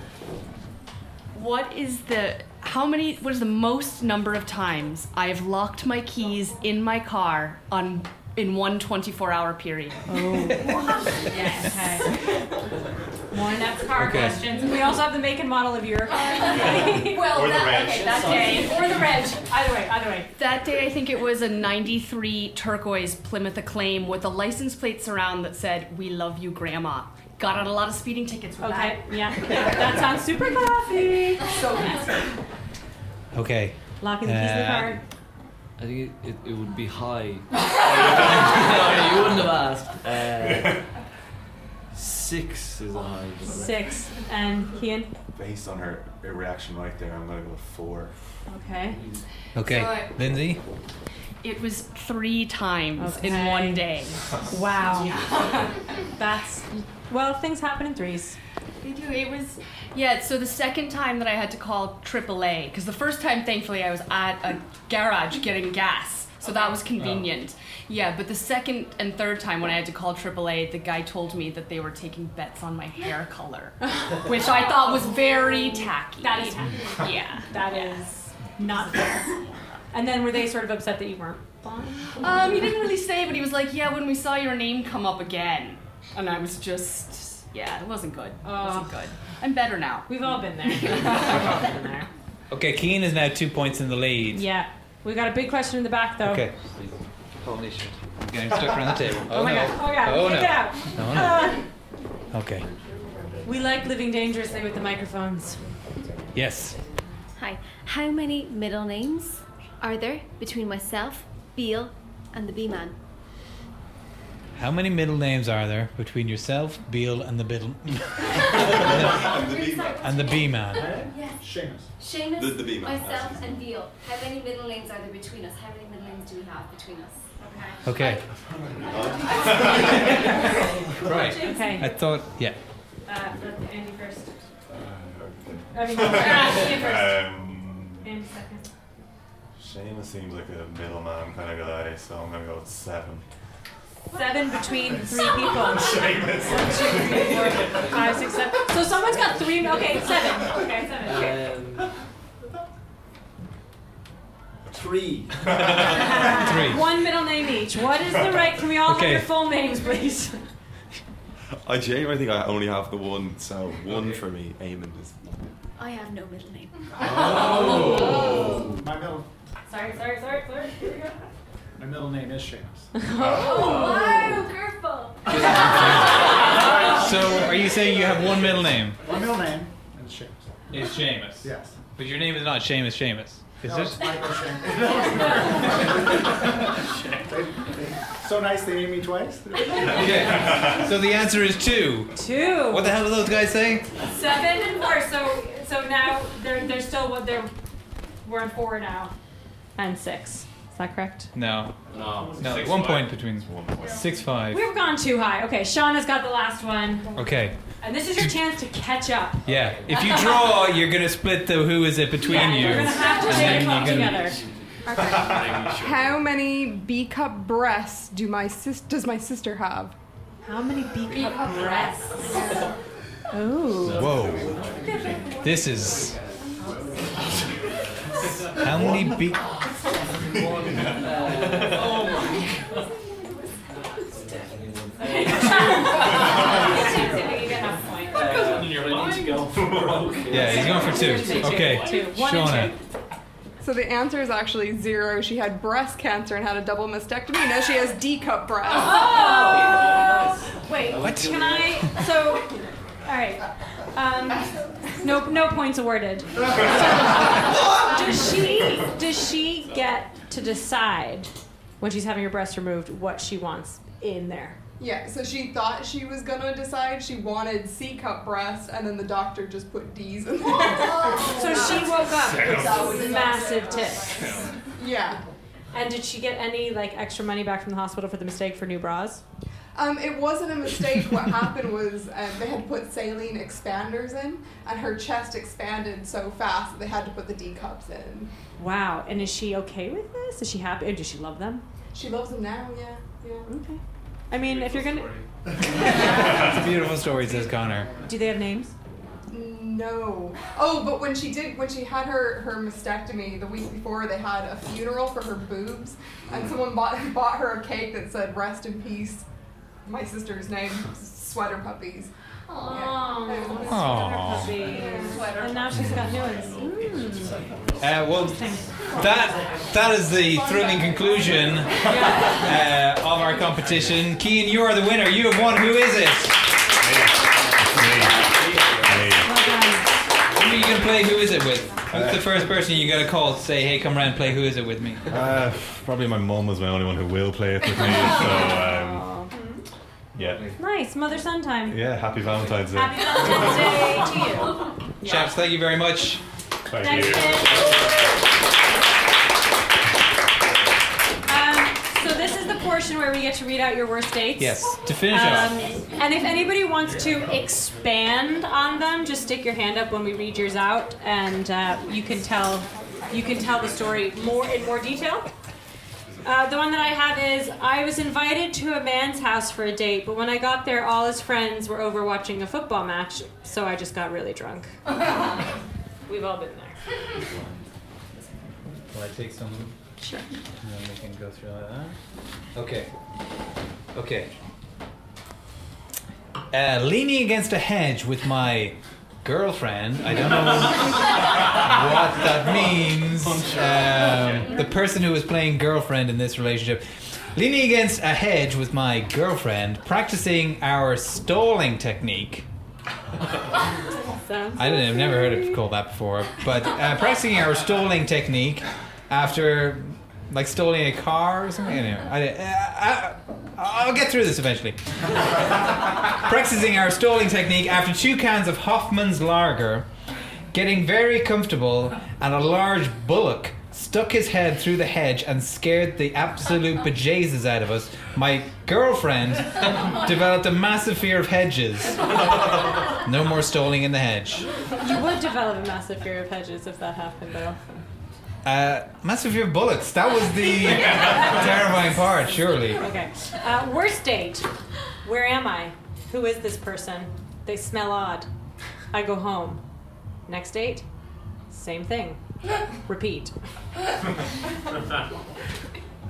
What is the how many what is the most number of times I have locked my keys in my car on in one 24 hour period?
More next car
Okay.
questions. We also have the make and model of your car. well,
Or the
that,
reg.
okay, that day. Or the reg. Either way, either way.
That day, I think it was a 93 turquoise Plymouth Acclaim with a license plate surround that said, We love you, Grandma. Got on a lot of speeding tickets with
Okay,
that.
yeah. That sounds super classy. So classy.
Okay.
Locking the keys in the
Uh,
car.
I think it, it, it would be high. Sorry, you wouldn't have asked. Uh, six is a high. but-
Six. And Kian?
Based on her reaction right there, I'm gonna go with four.
Okay.
Okay,
Sorry.
Lindsay?
It was three times in
Okay.
one day.
Wow. That's well, things happen in threes.
They do. It was, yeah. So the second time that I had to call AAA because the first time, thankfully, I was at a garage getting gas, so that was
Oh.
convenient. Yeah, but the second and third time when I had to call AAA, the guy told me that they were taking bets on my hair color, which I thought was very tacky.
That is tacky.
Yeah.
That is not fair. And then were they sort of upset that you weren't blonde?
Um, he didn't really say, but he was like, "Yeah, when we saw your name come up again," and I was just
Yeah, it wasn't good. It wasn't good. I'm better now. We've all been there.
Okay, Keen is now two points in the lead.
Yeah. We got a big question in the back though.
Okay. Holy shit. I'm getting stuck around the table.
Oh, my god. Oh god.
Oh, no.
Take it out.
Oh, no. Okay.
Uh, we like living dangerously with the microphones.
Yes.
Hi. How many middle names are there between myself, Beale, and the B-man?
How many middle names are there between yourself, Beale, and the Biddle? and the B man.
Yes.
Seamus.
Seamus,
The- the B-man.
myself, and Beale. How many middle names are there between us? How many middle names do we have between us? Okay.
Okay. right.
Okay.
I thought, yeah.
Uh, let Andy first. I mean, Andy first.
Um,
Andy second.
Seamus seems like a middleman kind of guy, so I'm gonna go with seven.
Seven between three people.
Seamus.
One, two, three, four, five, six, seven. So someone's got three. Okay, seven. Okay, seven. Okay.
Three.
One middle name each. What is the right? Can we all
Okay.
have your full names, please?
I genuinely think I only have the one, so one for me. Eamon is.
I have no middle name.
Oh.
My middle,
Sorry, sorry, sorry, sorry. Here we go.
my middle name is Seamus.
wow,
So, are you saying you have one middle name?
My middle name is Seamus.
Is Seamus.
Yes.
But your name is not Seamus Seamus. Is
No,
it?
it's Michael Seamus. They- they- so nice they named me twice.
Okay. So the answer is two.
Two.
What the hell do those guys say?
Seven and four. So so now they're they're still what they're we're on four now.
And six. Is that correct?
No. No. No.
Six
one
five.
point between. Six five.
We've gone too high. Okay, Shauna's got the last one.
Okay.
And this is your chance to catch up.
Yeah. If you draw, you're gonna split the who is it between
Yeah,
you.
we're gonna have to
And
make
then
it come
you're gonna-
together.
How many B cup breasts do my sis- does my sister have?
How many B cup breasts? Oh.
Whoa. This is. How many be? Yeah, he's going for two. Okay. Shauna.
So the answer is actually zero. She had breast cancer and had a double mastectomy. Now she has D cup breasts.
Oh! Wait,
What?
can I? So, alright. Um, no, no points awarded. does she does she get to decide when she's having her breast removed what she wants in there?
Yeah, so she thought she was gonna decide she wanted C cup breast, and then the doctor just put D's in there.
So she woke up
That
with
was-
massive tits.
Yeah.
And did she get any like extra money back from the hospital for the mistake for new bras?
Um, it wasn't a mistake. What happened was um, they had put saline expanders in, and her chest expanded so fast that they had to put the D cups in.
Wow. And is she okay with this? Is she happy? Or does she love them?
She loves them now. Yeah, yeah.
Okay. I mean, if you're gonna,
It's a beautiful story, says Connor.
do they have names?
No. Oh, but when she did, when she had her her mastectomy the week before, they had a funeral for her boobs, and someone bought bought her a cake that said "Rest in peace." My sister's name, sweater puppies.
Oh,
Aw.
And now she's got new ones. Mm.
Uh, well, that that is the thrilling conclusion uh, of our competition. Keen, you are the winner. You have won. Who is it? Who are you gonna play? Who is it with? Who's the first person you gotta call to say, "Hey, come round, play Who is it with me"?
Uh, probably my mum was my only one who will play it with me. So um, yeah,
Nice mother son time.
yeah. Happy Valentine's Day.
Happy Valentine's Day to you.
Chaps, thank you very much.
Thank
Thanks,
you.
Um, so this is the portion where we get to read out your worst dates.
Yes, to finish
Um,
off.
and if anybody wants to expand on them, just stick your hand up when we read yours out, and uh, you can tell you can tell the story more in more detail. Uh, the one that I have is I was invited to a man's house for a date, but when I got there, all his friends were over watching a football match, so I just got really drunk. We've all been there.
Will I take some?
Sure.
And then we can go through that. Okay. Okay. uh, leaning against a hedge with my girlfriend. I don't know what that means. Um, the person who is playing girlfriend in this relationship. Leaning against a hedge with my girlfriend, practicing our stalling technique. I don't know, I've never heard it called that before. But uh, practicing our stalling technique after, like, stalling a car or something. Anyway, I, uh, I, will get through this eventually. practicing our stalling technique after two cans of Hoffman's Lager, getting very comfortable, and a large bullock stuck his head through the hedge and scared the absolute bejesus out of us. My girlfriend developed a massive fear of hedges. No more stalling in the hedge.
You would develop a massive fear of hedges if that happened, though.
Uh, massive fear of bullets. That was the terrifying part, surely.
Okay. Uh, worst date. Where am I? Who is this person? They smell odd. I go home. Next date? Same thing. Repeat.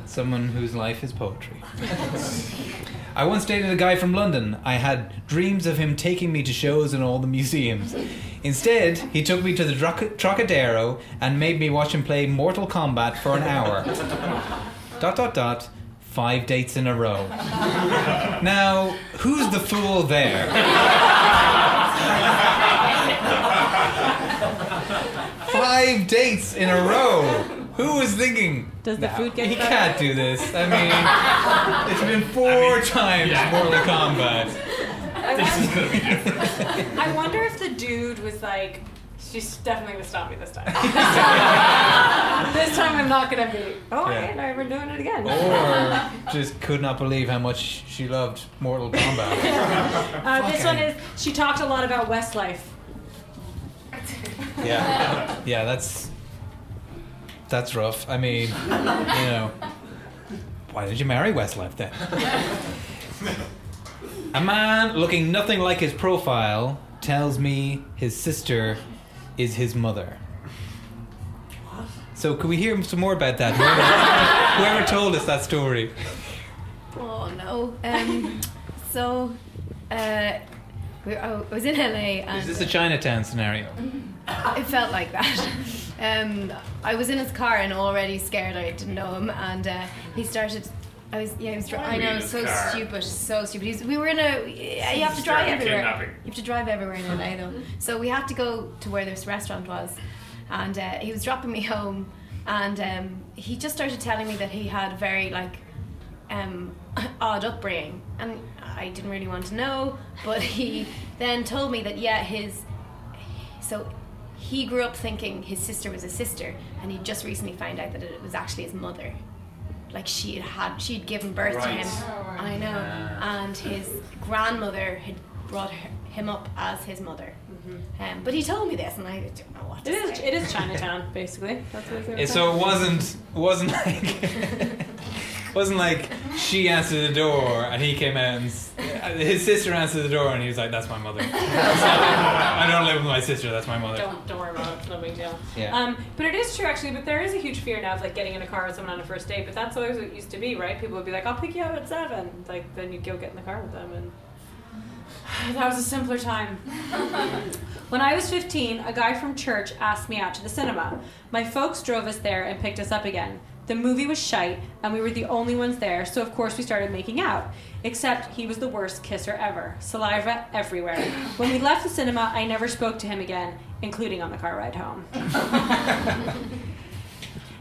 Someone whose life is poetry. I once dated a guy from London. I had dreams of him taking me to shows in all the museums. Instead, he took me to the Droc- Trocadero and made me watch him play Mortal Kombat for an hour. dot dot dot. Five dates in a row. now, who's the fool there? Five dates in a row. Who was thinking?
Does the
"Nah,
food get
He
better?"
can't do this. I mean, it's been four times Mortal Kombat.
I wonder if the dude was like, she's definitely gonna stop me this time. this time I'm not gonna be. Oh,
Yeah.
yeah. I, we're doing it again.
Or just could not believe how much she loved Mortal Kombat.
uh, this one is. She talked a lot about Westlife.
Yeah, yeah, that's that's rough. I mean, you know, why did you marry Westlife then? A man looking nothing like his profile tells me his sister is his mother. So, could we hear some more about that? Whoever, whoever told us that story.
Oh no. Um, so, uh, we I was in LA. And
Is this a Chinatown scenario?
It felt like that. Um, I was in his car and already scared. I didn't know him, and uh, he started. I was yeah, he was. Dri-
Why
I
were you
know,
in his
so
car?
stupid, so stupid. He's, we were in a. You have to drive
Started
everywhere.
kidnapping.
You have to drive everywhere in LA though. So we had to go to where this restaurant was, and uh, he was dropping me home, and um, he just started telling me that he had very like um, odd upbringing, and I didn't really want to know. But he then told me that yeah, his so he grew up thinking his sister was his sister, and he just recently found out that it was actually his mother. Like she had had, she'd given birth to
Right.
him.
Oh,
I know, and his grandmother had brought her, him up as his mother. Um, but he told me this, and I don't know what to
Mm-hmm. It is.
say.
It is Chinatown, basically. That's what it's gonna
Yeah,
be.
So it wasn't wasn't like wasn't like she answered the door and he came out and s- uh, his sister answered the door and he was like, "That's my mother." I don't live with my sister. That's my mother.
Don't don't worry about it. It's no big deal.
Yeah.
Um, but it is true actually. But there is a huge fear now of like getting in a car with someone on a first date. But that's always what it used to be, right? People would be like, "I'll pick you up at 7. Like then you would go get in the car with them, and that was a simpler time. when I was 15, a guy from church asked me out to the cinema. My folks drove us there and picked us up again. The movie was shite, and we were the only ones there, so of course we started making out. Except he was the worst kisser ever. Saliva everywhere. When we left the cinema, I never spoke to him again, including on the car ride home.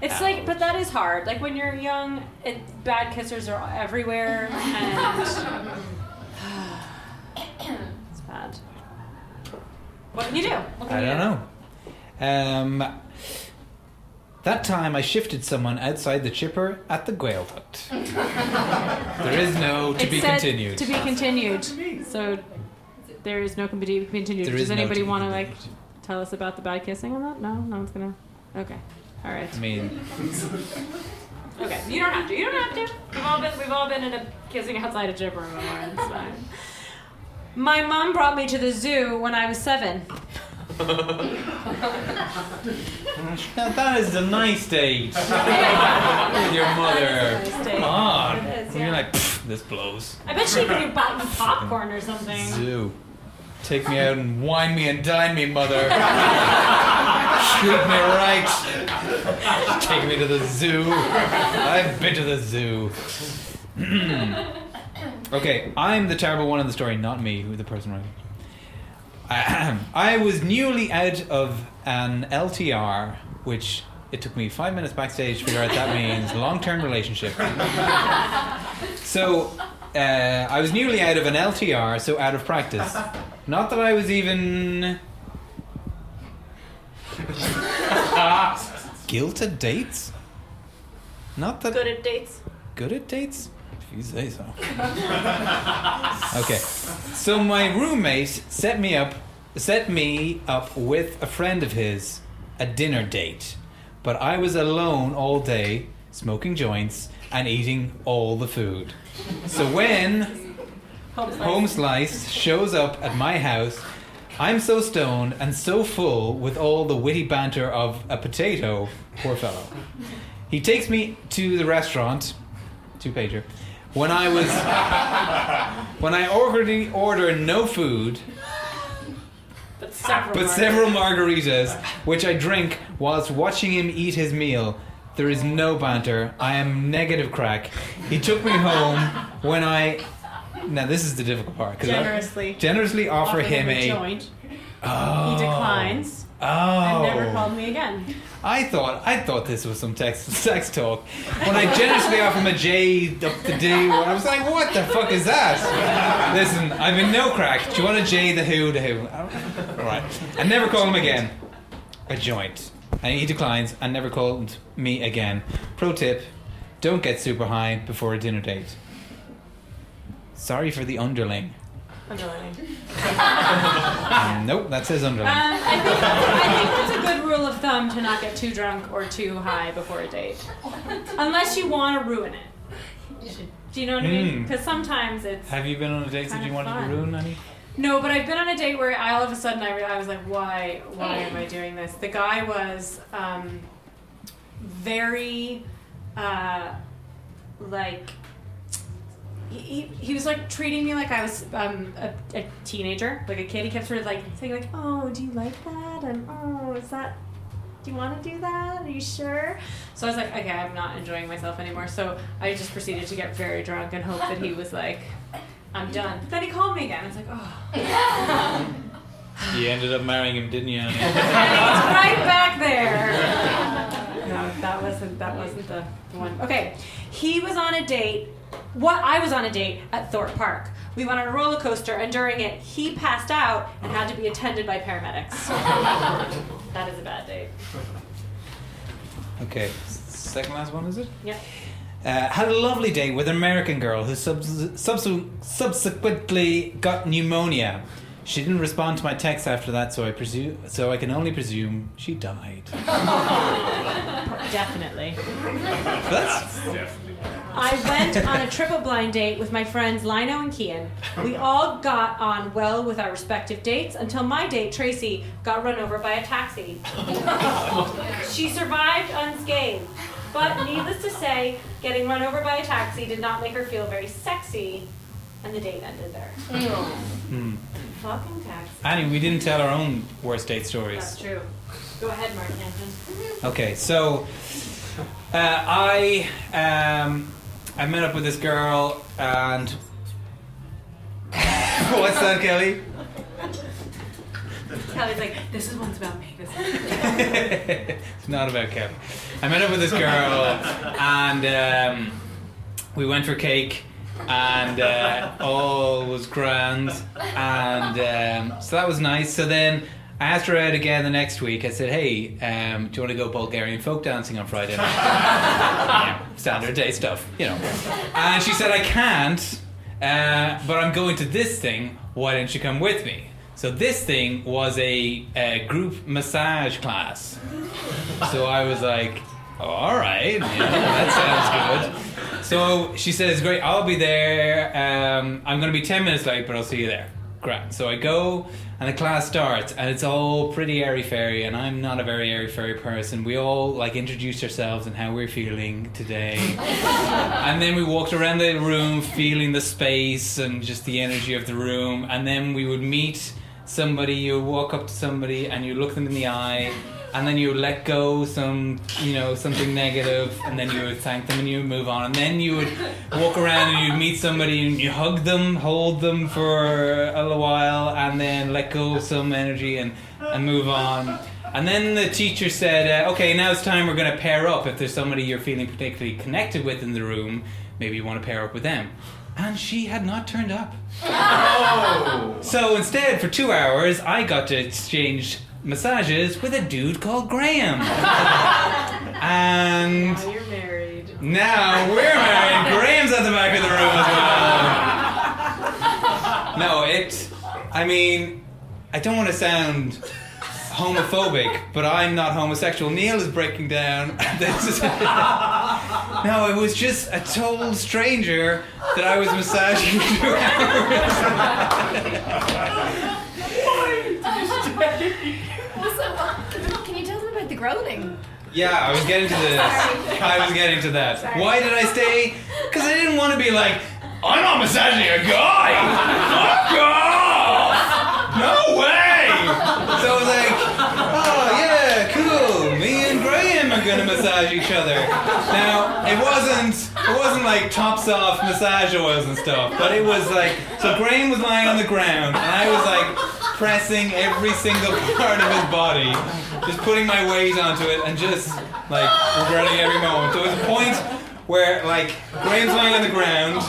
It's like, but that is hard. Like when you're young, it, bad kissers are everywhere, and it's bad. What can you do? What can
I don't
you do?
know. Um, that time I shifted someone outside the chipper at the Grail Hut. There is no to
It
be
said
continued.
To be continued. So there is no to be continued.
There
Does
is no
anybody
to be
want to like tell us about the bad kissing on that? No, no one's gonna. Okay, all right.
I mean,
Okay, you don't have to. You don't have to. We've all been we've all been in a kissing outside a gym room before. It's fine. My mom brought me to the zoo when I was seven.
now that is a nice date with your
That
mother.
is a nice date.
Come on,
It is,
And you're like, "Pfft, This blows.
I bet she could do bottom popcorn or something.
Zoo. Take me out and wine me and dine me, mother. Treat me right. Take me to the zoo. I've been to the zoo. okay, I'm the terrible one in the story, not me, who the person writing. Ahem. I was newly out of an LTR, which it took me five minutes backstage to figure out that means long term relationship. So uh, I was newly out of an LTR, so out of practice. Not that I was even guilt at dates. Not that
Good at dates.
good at dates. If you say so. Okay. So my roommate set me up, set me up with a friend of his, a dinner date. But I was alone all day, smoking joints and eating all the food. So when
Home slice.
Home Slice shows up at my house. I'm so stoned and so full with all the witty banter of a potato, poor fellow. He takes me to the restaurant, two pager. When I was when I already order no food,
But several.
but
margaritas.
several margaritas, which I drink whilst watching him eat his meal. There is no banter. I am negative crack. He took me home when I. Now this is the difficult part. 'cause I-
Generously.
generously offer
Offered
him a.
joint.
Oh.
He declines.
Oh.
And never called me again.
I thought I thought this was some text, sex talk. When I generously offer him a J up the D, one, I was like, "What the fuck is that?" Listen, I'm in no crack. Do you want a J the who the who? All right. I never call him again. A joint. And he declines and never called me again. Pro tip: Don't get super high before a dinner date. Sorry for the underling.
Underlining. um,
Nope, that says underling.
Uh, I, think that's, I think that's a good rule of thumb to not get too drunk or too high before a date. Unless you want to ruin it. Do you know what I mean?
Mm.
Because sometimes it's.
Have you been on a date that
Kind
you
of
wanted
fun.
to ruin any?
No, but I've been on a date where I all of a sudden I, re- I was like, why, why am I doing this? The guy was um, very, uh, like, he, he, he was like treating me like I was um, a, a teenager, like a kid. He kept sort of like saying like, oh, do you like that? And oh, is that? Do you want to do that? Are you sure? So I was like, okay, I'm not enjoying myself anymore. So I just proceeded to get very drunk and hope that he was like, I'm done. But then he called me again. It's like, oh.
You ended up marrying him, didn't you?
It's right back there. No, that wasn't that wasn't the the one. Okay, he was on a date. What I was on a date at Thorpe Park. We went on a roller coaster, and during it, he passed out and had to be attended by paramedics. that is a bad date.
Okay, second last one is it?
Yeah.
Uh, had a lovely date with an American girl who subs- subs- subsequently got pneumonia. She didn't respond to my text after that, so I presume, so I can only presume she died.
Definitely.
That's
I went on a triple blind date with my friends Lino and Kian. We all got on well with our respective dates until my date, Tracy, got run over by a taxi. she survived unscathed, but needless to say, getting run over by a taxi did not make her feel very sexy, and the date ended there.
Hmm.
Fucking taxi.
Annie, we didn't tell our own worst date stories.
That's true. Go ahead, Martin Hampton.
Okay, so uh, I um, I met up with this girl and what's that, Kelly?
Kelly's like, this is one's about me. This
it's not about Kevin. I met up with this girl and um, we went for cake and uh, all was grand and um, so that was nice. So then I asked her out again the next week. I said, "Hey, um, do you want to go Bulgarian folk dancing on Friday?" Yeah, standard day stuff, you know. And she said, "I can't, uh, but I'm going to this thing. Why don't you come with me?" So this thing was a, a group massage class. So I was like, all right, yeah, that sounds good. So she says, great, I'll be there. Um, I'm going to be 10 minutes late, but I'll see you there. Grand. So I go and the class starts and it's all pretty airy fairy and I'm not a very airy fairy person. We all like introduced ourselves and how we're feeling today. and then we walked around the room feeling the space and just the energy of the room and then we would meet somebody, you walk up to somebody and you look them in the eye and then you let go some you know something negative and then you would thank them and you would move on and then you would walk around and you'd meet somebody and you hug them hold them for a little while and then let go of some energy and, and move on and then the teacher said uh, okay now it's time we're going to pair up if there's somebody you're feeling particularly connected with in the room maybe you want to pair up with them and she had not turned up so instead, for two hours, I got to exchange massages with a dude called Graham. and
Now you're married.
now we're married. Graham's at the back of the room as well. No, it. I mean, I don't want to sound homophobic, but I'm not homosexual. Neil is breaking down. This is- no, it was just a total stranger that I was massaging for two
Also, can you tell them about the groaning?
Yeah, I was getting to this.
Sorry.
I was getting to that.
Sorry.
Why did I stay? Because I didn't want to be like, I'm not massaging a guy. Fuck off! No way. So I was like, oh yeah, cool. Me and Graham are gonna massage each other. Now it wasn't. It wasn't like tops off massage oils and stuff, but it was like so. Graham was lying on the ground, and I was like pressing every single part of his body, just putting my weight onto it, and just like regretting every moment. So it was a point where like Graham's lying on the ground,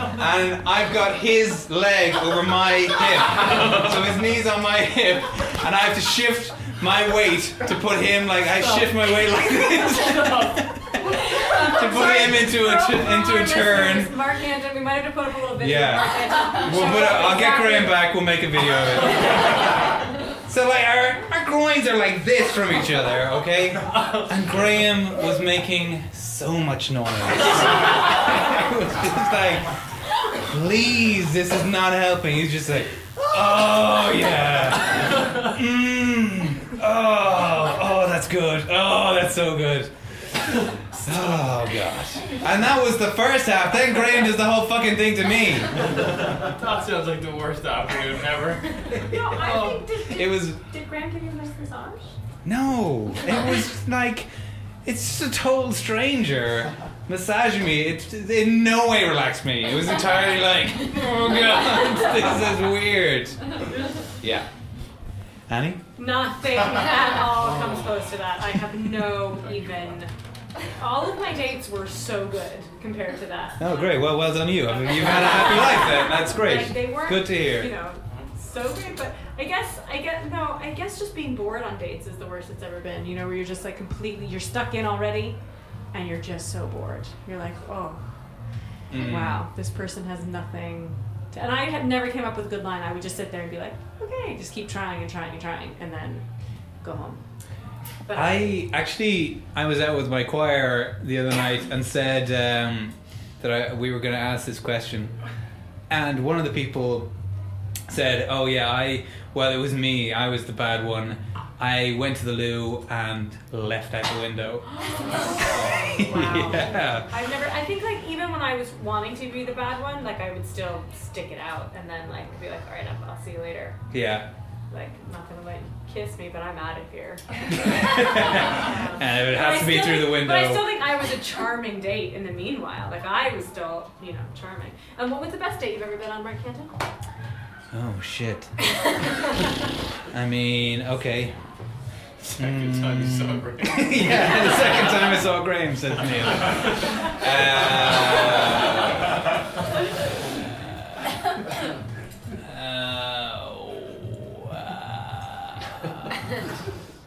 and I've got his leg over my hip, so his knees on my hip, and I have to shift my weight to put him like I shift my weight like this to put him into a t- into a turn.
Mark Anton, we might have to put up a little video.
Yeah.
Of Mark Anton.
We'll
Show
put a,
us
I'll get
exactly-
Graham back. We'll make a video of it. So like our our groins are like this from each other, okay? And Graham was making so much noise. I was just like, please, this is not helping. He's just like, oh yeah, mm, oh oh that's good, oh that's so good. Oh gosh. And that was the first half. Then Graham does the whole fucking thing to me.
that sounds like the worst afternoon ever.
No, I think did, did,
Oh. It was
did Graham give you a massage?
no. It was like it's just a total stranger massaging me. It in no way relaxed me. It was entirely like, oh god, this is weird. Yeah. Annie?
Nothing at all comes close to that. I have no even. All of my dates were so good compared to that.
Oh great. Well, well done you. I mean, you've had a happy life then. That's great.
Like, they weren't,
Good to hear.
You know, so great. But I guess, I guess, no, I guess just being bored on dates is the worst it's ever been. You know, where you're just like completely, you're stuck in already, and you're just so bored. You're like, oh,
Mm-hmm.
Mm.
wow, this person has nothing. To, and I had never came up with a good line. I would just sit there and be like, okay, just keep trying and trying and trying, and then go home. But
I actually I was out with my choir the other night and said um, that I, we were going to ask this question, and one of the people said, "Oh yeah, I well it was me. I was the bad one. I went to the loo and left out the window." yeah.
I've never. I think like even when I was wanting to be the bad one, like I would still stick it out and then like be like, all right, I'll, I'll see you later.
Yeah.
Like I'm not gonna let you kiss me, but I'm out of here.
and it
But
would
I
have to be
still
through
think-
the window.
But I still think I was a charming date in the meanwhile. Like I was still, you know, charming. And what was the best date you've ever been on, Mark Canton?
oh shit. I mean, okay. Hmm. Second time
Mm.
you saw Graham. yeah, the second time I saw Graham, said Neil. Uh, uh,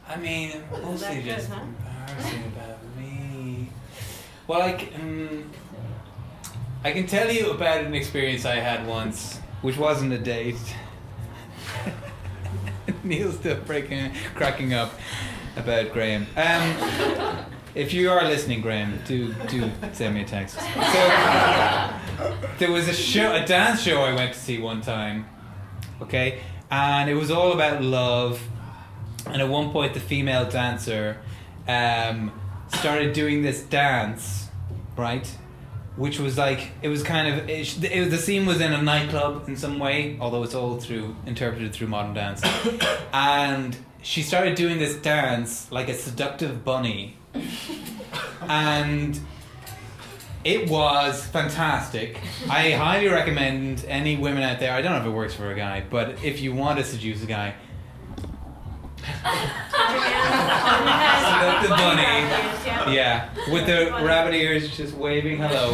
I mean, mostly just embarrassing about me. Well, like, um, I can tell you about an experience I had once, which wasn't a date. Neil's still breaking, cracking up about Graham. Um, if you are listening, Graham, do do send me a text. So, there was a show, a dance show I went to see one time, okay? And it was all about love. And at one point, the female dancer um, started doing this dance, right? Which was like it was kind of it, sh- it, the scene was in a nightclub in some way, although it's all through interpreted through modern dance. and she started doing this dance like a seductive bunny, and it was fantastic. I highly recommend any women out there. I don't know if it works for a guy, but if you want to seduce a guy, Seductive bunny. Yeah, with the rabbit ears just waving hello.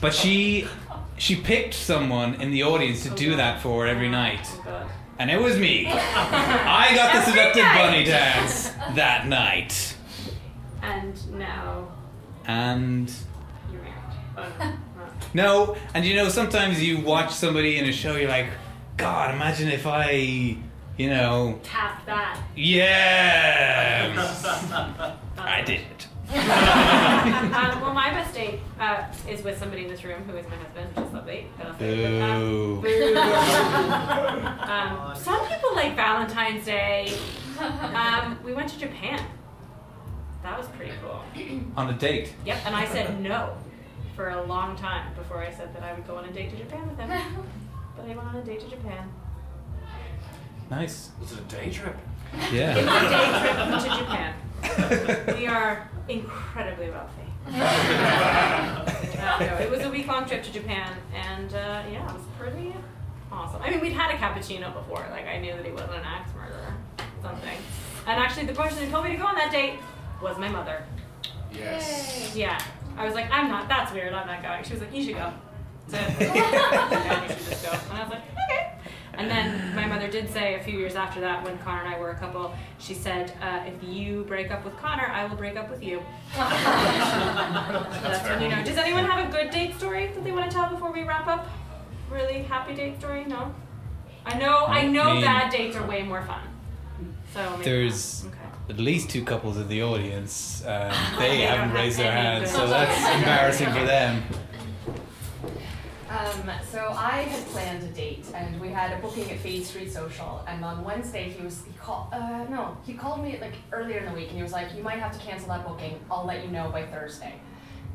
But she she picked someone in the audience to do that for every night. And it was me. I got the
Every
seductive
night.
bunny dance that night.
And now
And
you're married. But uh, not.
no, and you know sometimes you watch somebody in a show you're like, god, imagine if I, you know,
tap that.
yeah. I did it.
Uh, um, well, my best date uh, is with somebody in this room who is my husband, which is lovely. But I'll say that.
Boo.
um, some people like Valentine's Day. Um, we went to Japan. That was pretty cool.
On a date.
Yep, and I said no for a long time before I said that I would go on a date to Japan with them. But I went on a date to Japan.
Nice.
Was it a day trip?
It was a day trip to Japan. We are incredibly wealthy. Uh, no, it was a week long trip to Japan, and uh, yeah, it was pretty awesome. I mean, we'd had a cappuccino before, like, I knew that he wasn't an axe murderer, something. And actually, the person who told me to go on that date was my mother.
Yes.
Yeah. I was like, I'm not, that's weird, I'm not going. She was like, you should go. So, yeah, you should just go. And I was like, okay. And then my mother did say a few years after that, when Connor and I were a couple, she said, uh, if you break up with Connor, I will break up with you. So that's when you know. Does anyone have a good date story that they want to tell before we wrap up? Really happy date story? No? I know, I know
Me.
bad dates are way more fun. So maybe
There's
not. Okay.
at least two couples in the audience. Um, they
They
haven't
don't
raised
have
their
any
hands,
good-
Uh, so that's embarrassing for them.
Um, so I had planned a date, and we had a booking at Fade Street Social. And on Wednesday, he was he called. Uh, no, he called me like earlier in the week, and he was like, "You might have to cancel that booking. I'll let you know by Thursday."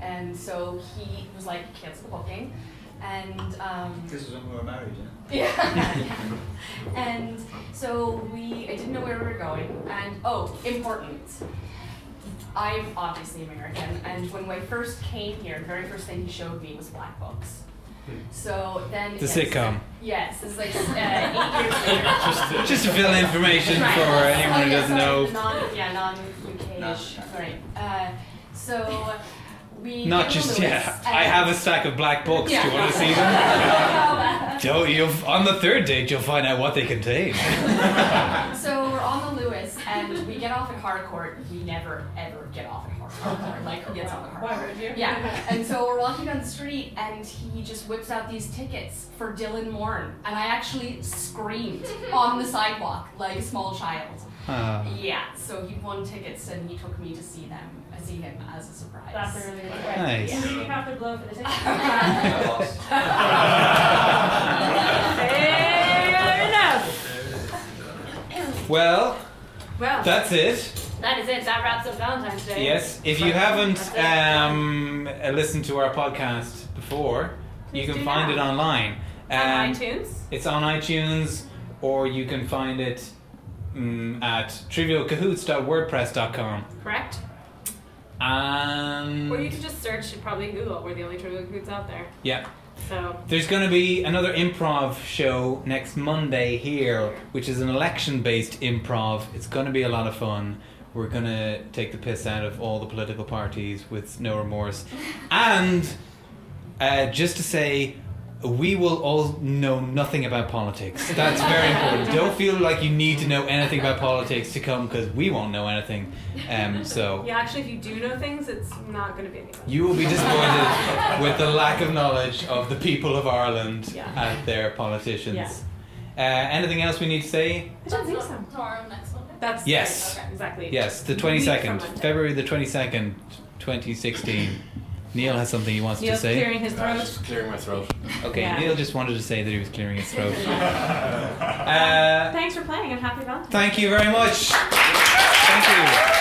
And so he was like, "Cancel the booking," and um,
This is when we were married, yeah?
yeah. and so we, I didn't know where we were going, and oh, important. I'm obviously American, and when I first came here, the very first thing he showed me was black books. So then.
The
yes,
sitcom.
Yes, it's like uh, eight years later.
Just to fill in information for
Right.
anyone
Oh,
who
yeah,
doesn't
sorry,
know.
Non, yeah, non UK-ish. Right. Uh, so we.
Not
came to
just
Lewis,
yeah.
and-
I have a stack of black books. Do you want to see
Yeah.
them? Joe, you'll on the third date you'll find out what they contain.
So we're on the Lewis, and we get off at Harcourt. We never ever get off at Harcourt. Like who gets off at Harcourt?
Why would you?
Yeah. And so we're walking down the street, and he just whips out these tickets for Dylan Morn, and I actually screamed on the sidewalk like a small child.
Ah.
Yeah. So he won tickets, and he took me to see them, uh, see him as a surprise.
That's a really good
question. Nice.
Do you have to blow for the ticket? Fair enough.
Well,
Well,
that's it.
That is it. That wraps up Valentine's Day.
Yes, if you haven't um, uh, listened to our podcast before, you can
do
find
now.
it online.
On
Um,
iTunes?
It's on iTunes, or you can find it mm, at trivialcahoots.wordpress.com.
Correct?
Um,
Or you could just search probably Google. We're the only Trivial Cahoots out there.
yeah.
So,
There's going to be another improv show next Monday here, which is an election based improv. It's going to be a lot of fun. We're going to take the piss out of all the political parties with no remorse. And uh, just to say, we will all know nothing about politics. That's very important. Don't feel like you need to know anything about politics to come because we won't know anything. Um, so
yeah, actually, if you do know things, it's not going to be any fun.
you will be disappointed with the lack of knowledge of the people of Ireland
Yeah.
and their politicians.
Yeah.
Uh, anything else we need to say?
I don't think so. Tomorrow, next Monday? That's
Yes.
right, okay, exactly.
Yes, the
Week from
22nd,
Monday.
February the 22nd, 2016. Neil has something he wants
Neil's
to say.
clearing his throat. Just
clearing my throat.
Okay,
Yeah.
Neil just wanted to say that he was clearing his throat.
Yeah.
uh,
Thanks for playing and happy Valentine's.
thank you very much. Thank you.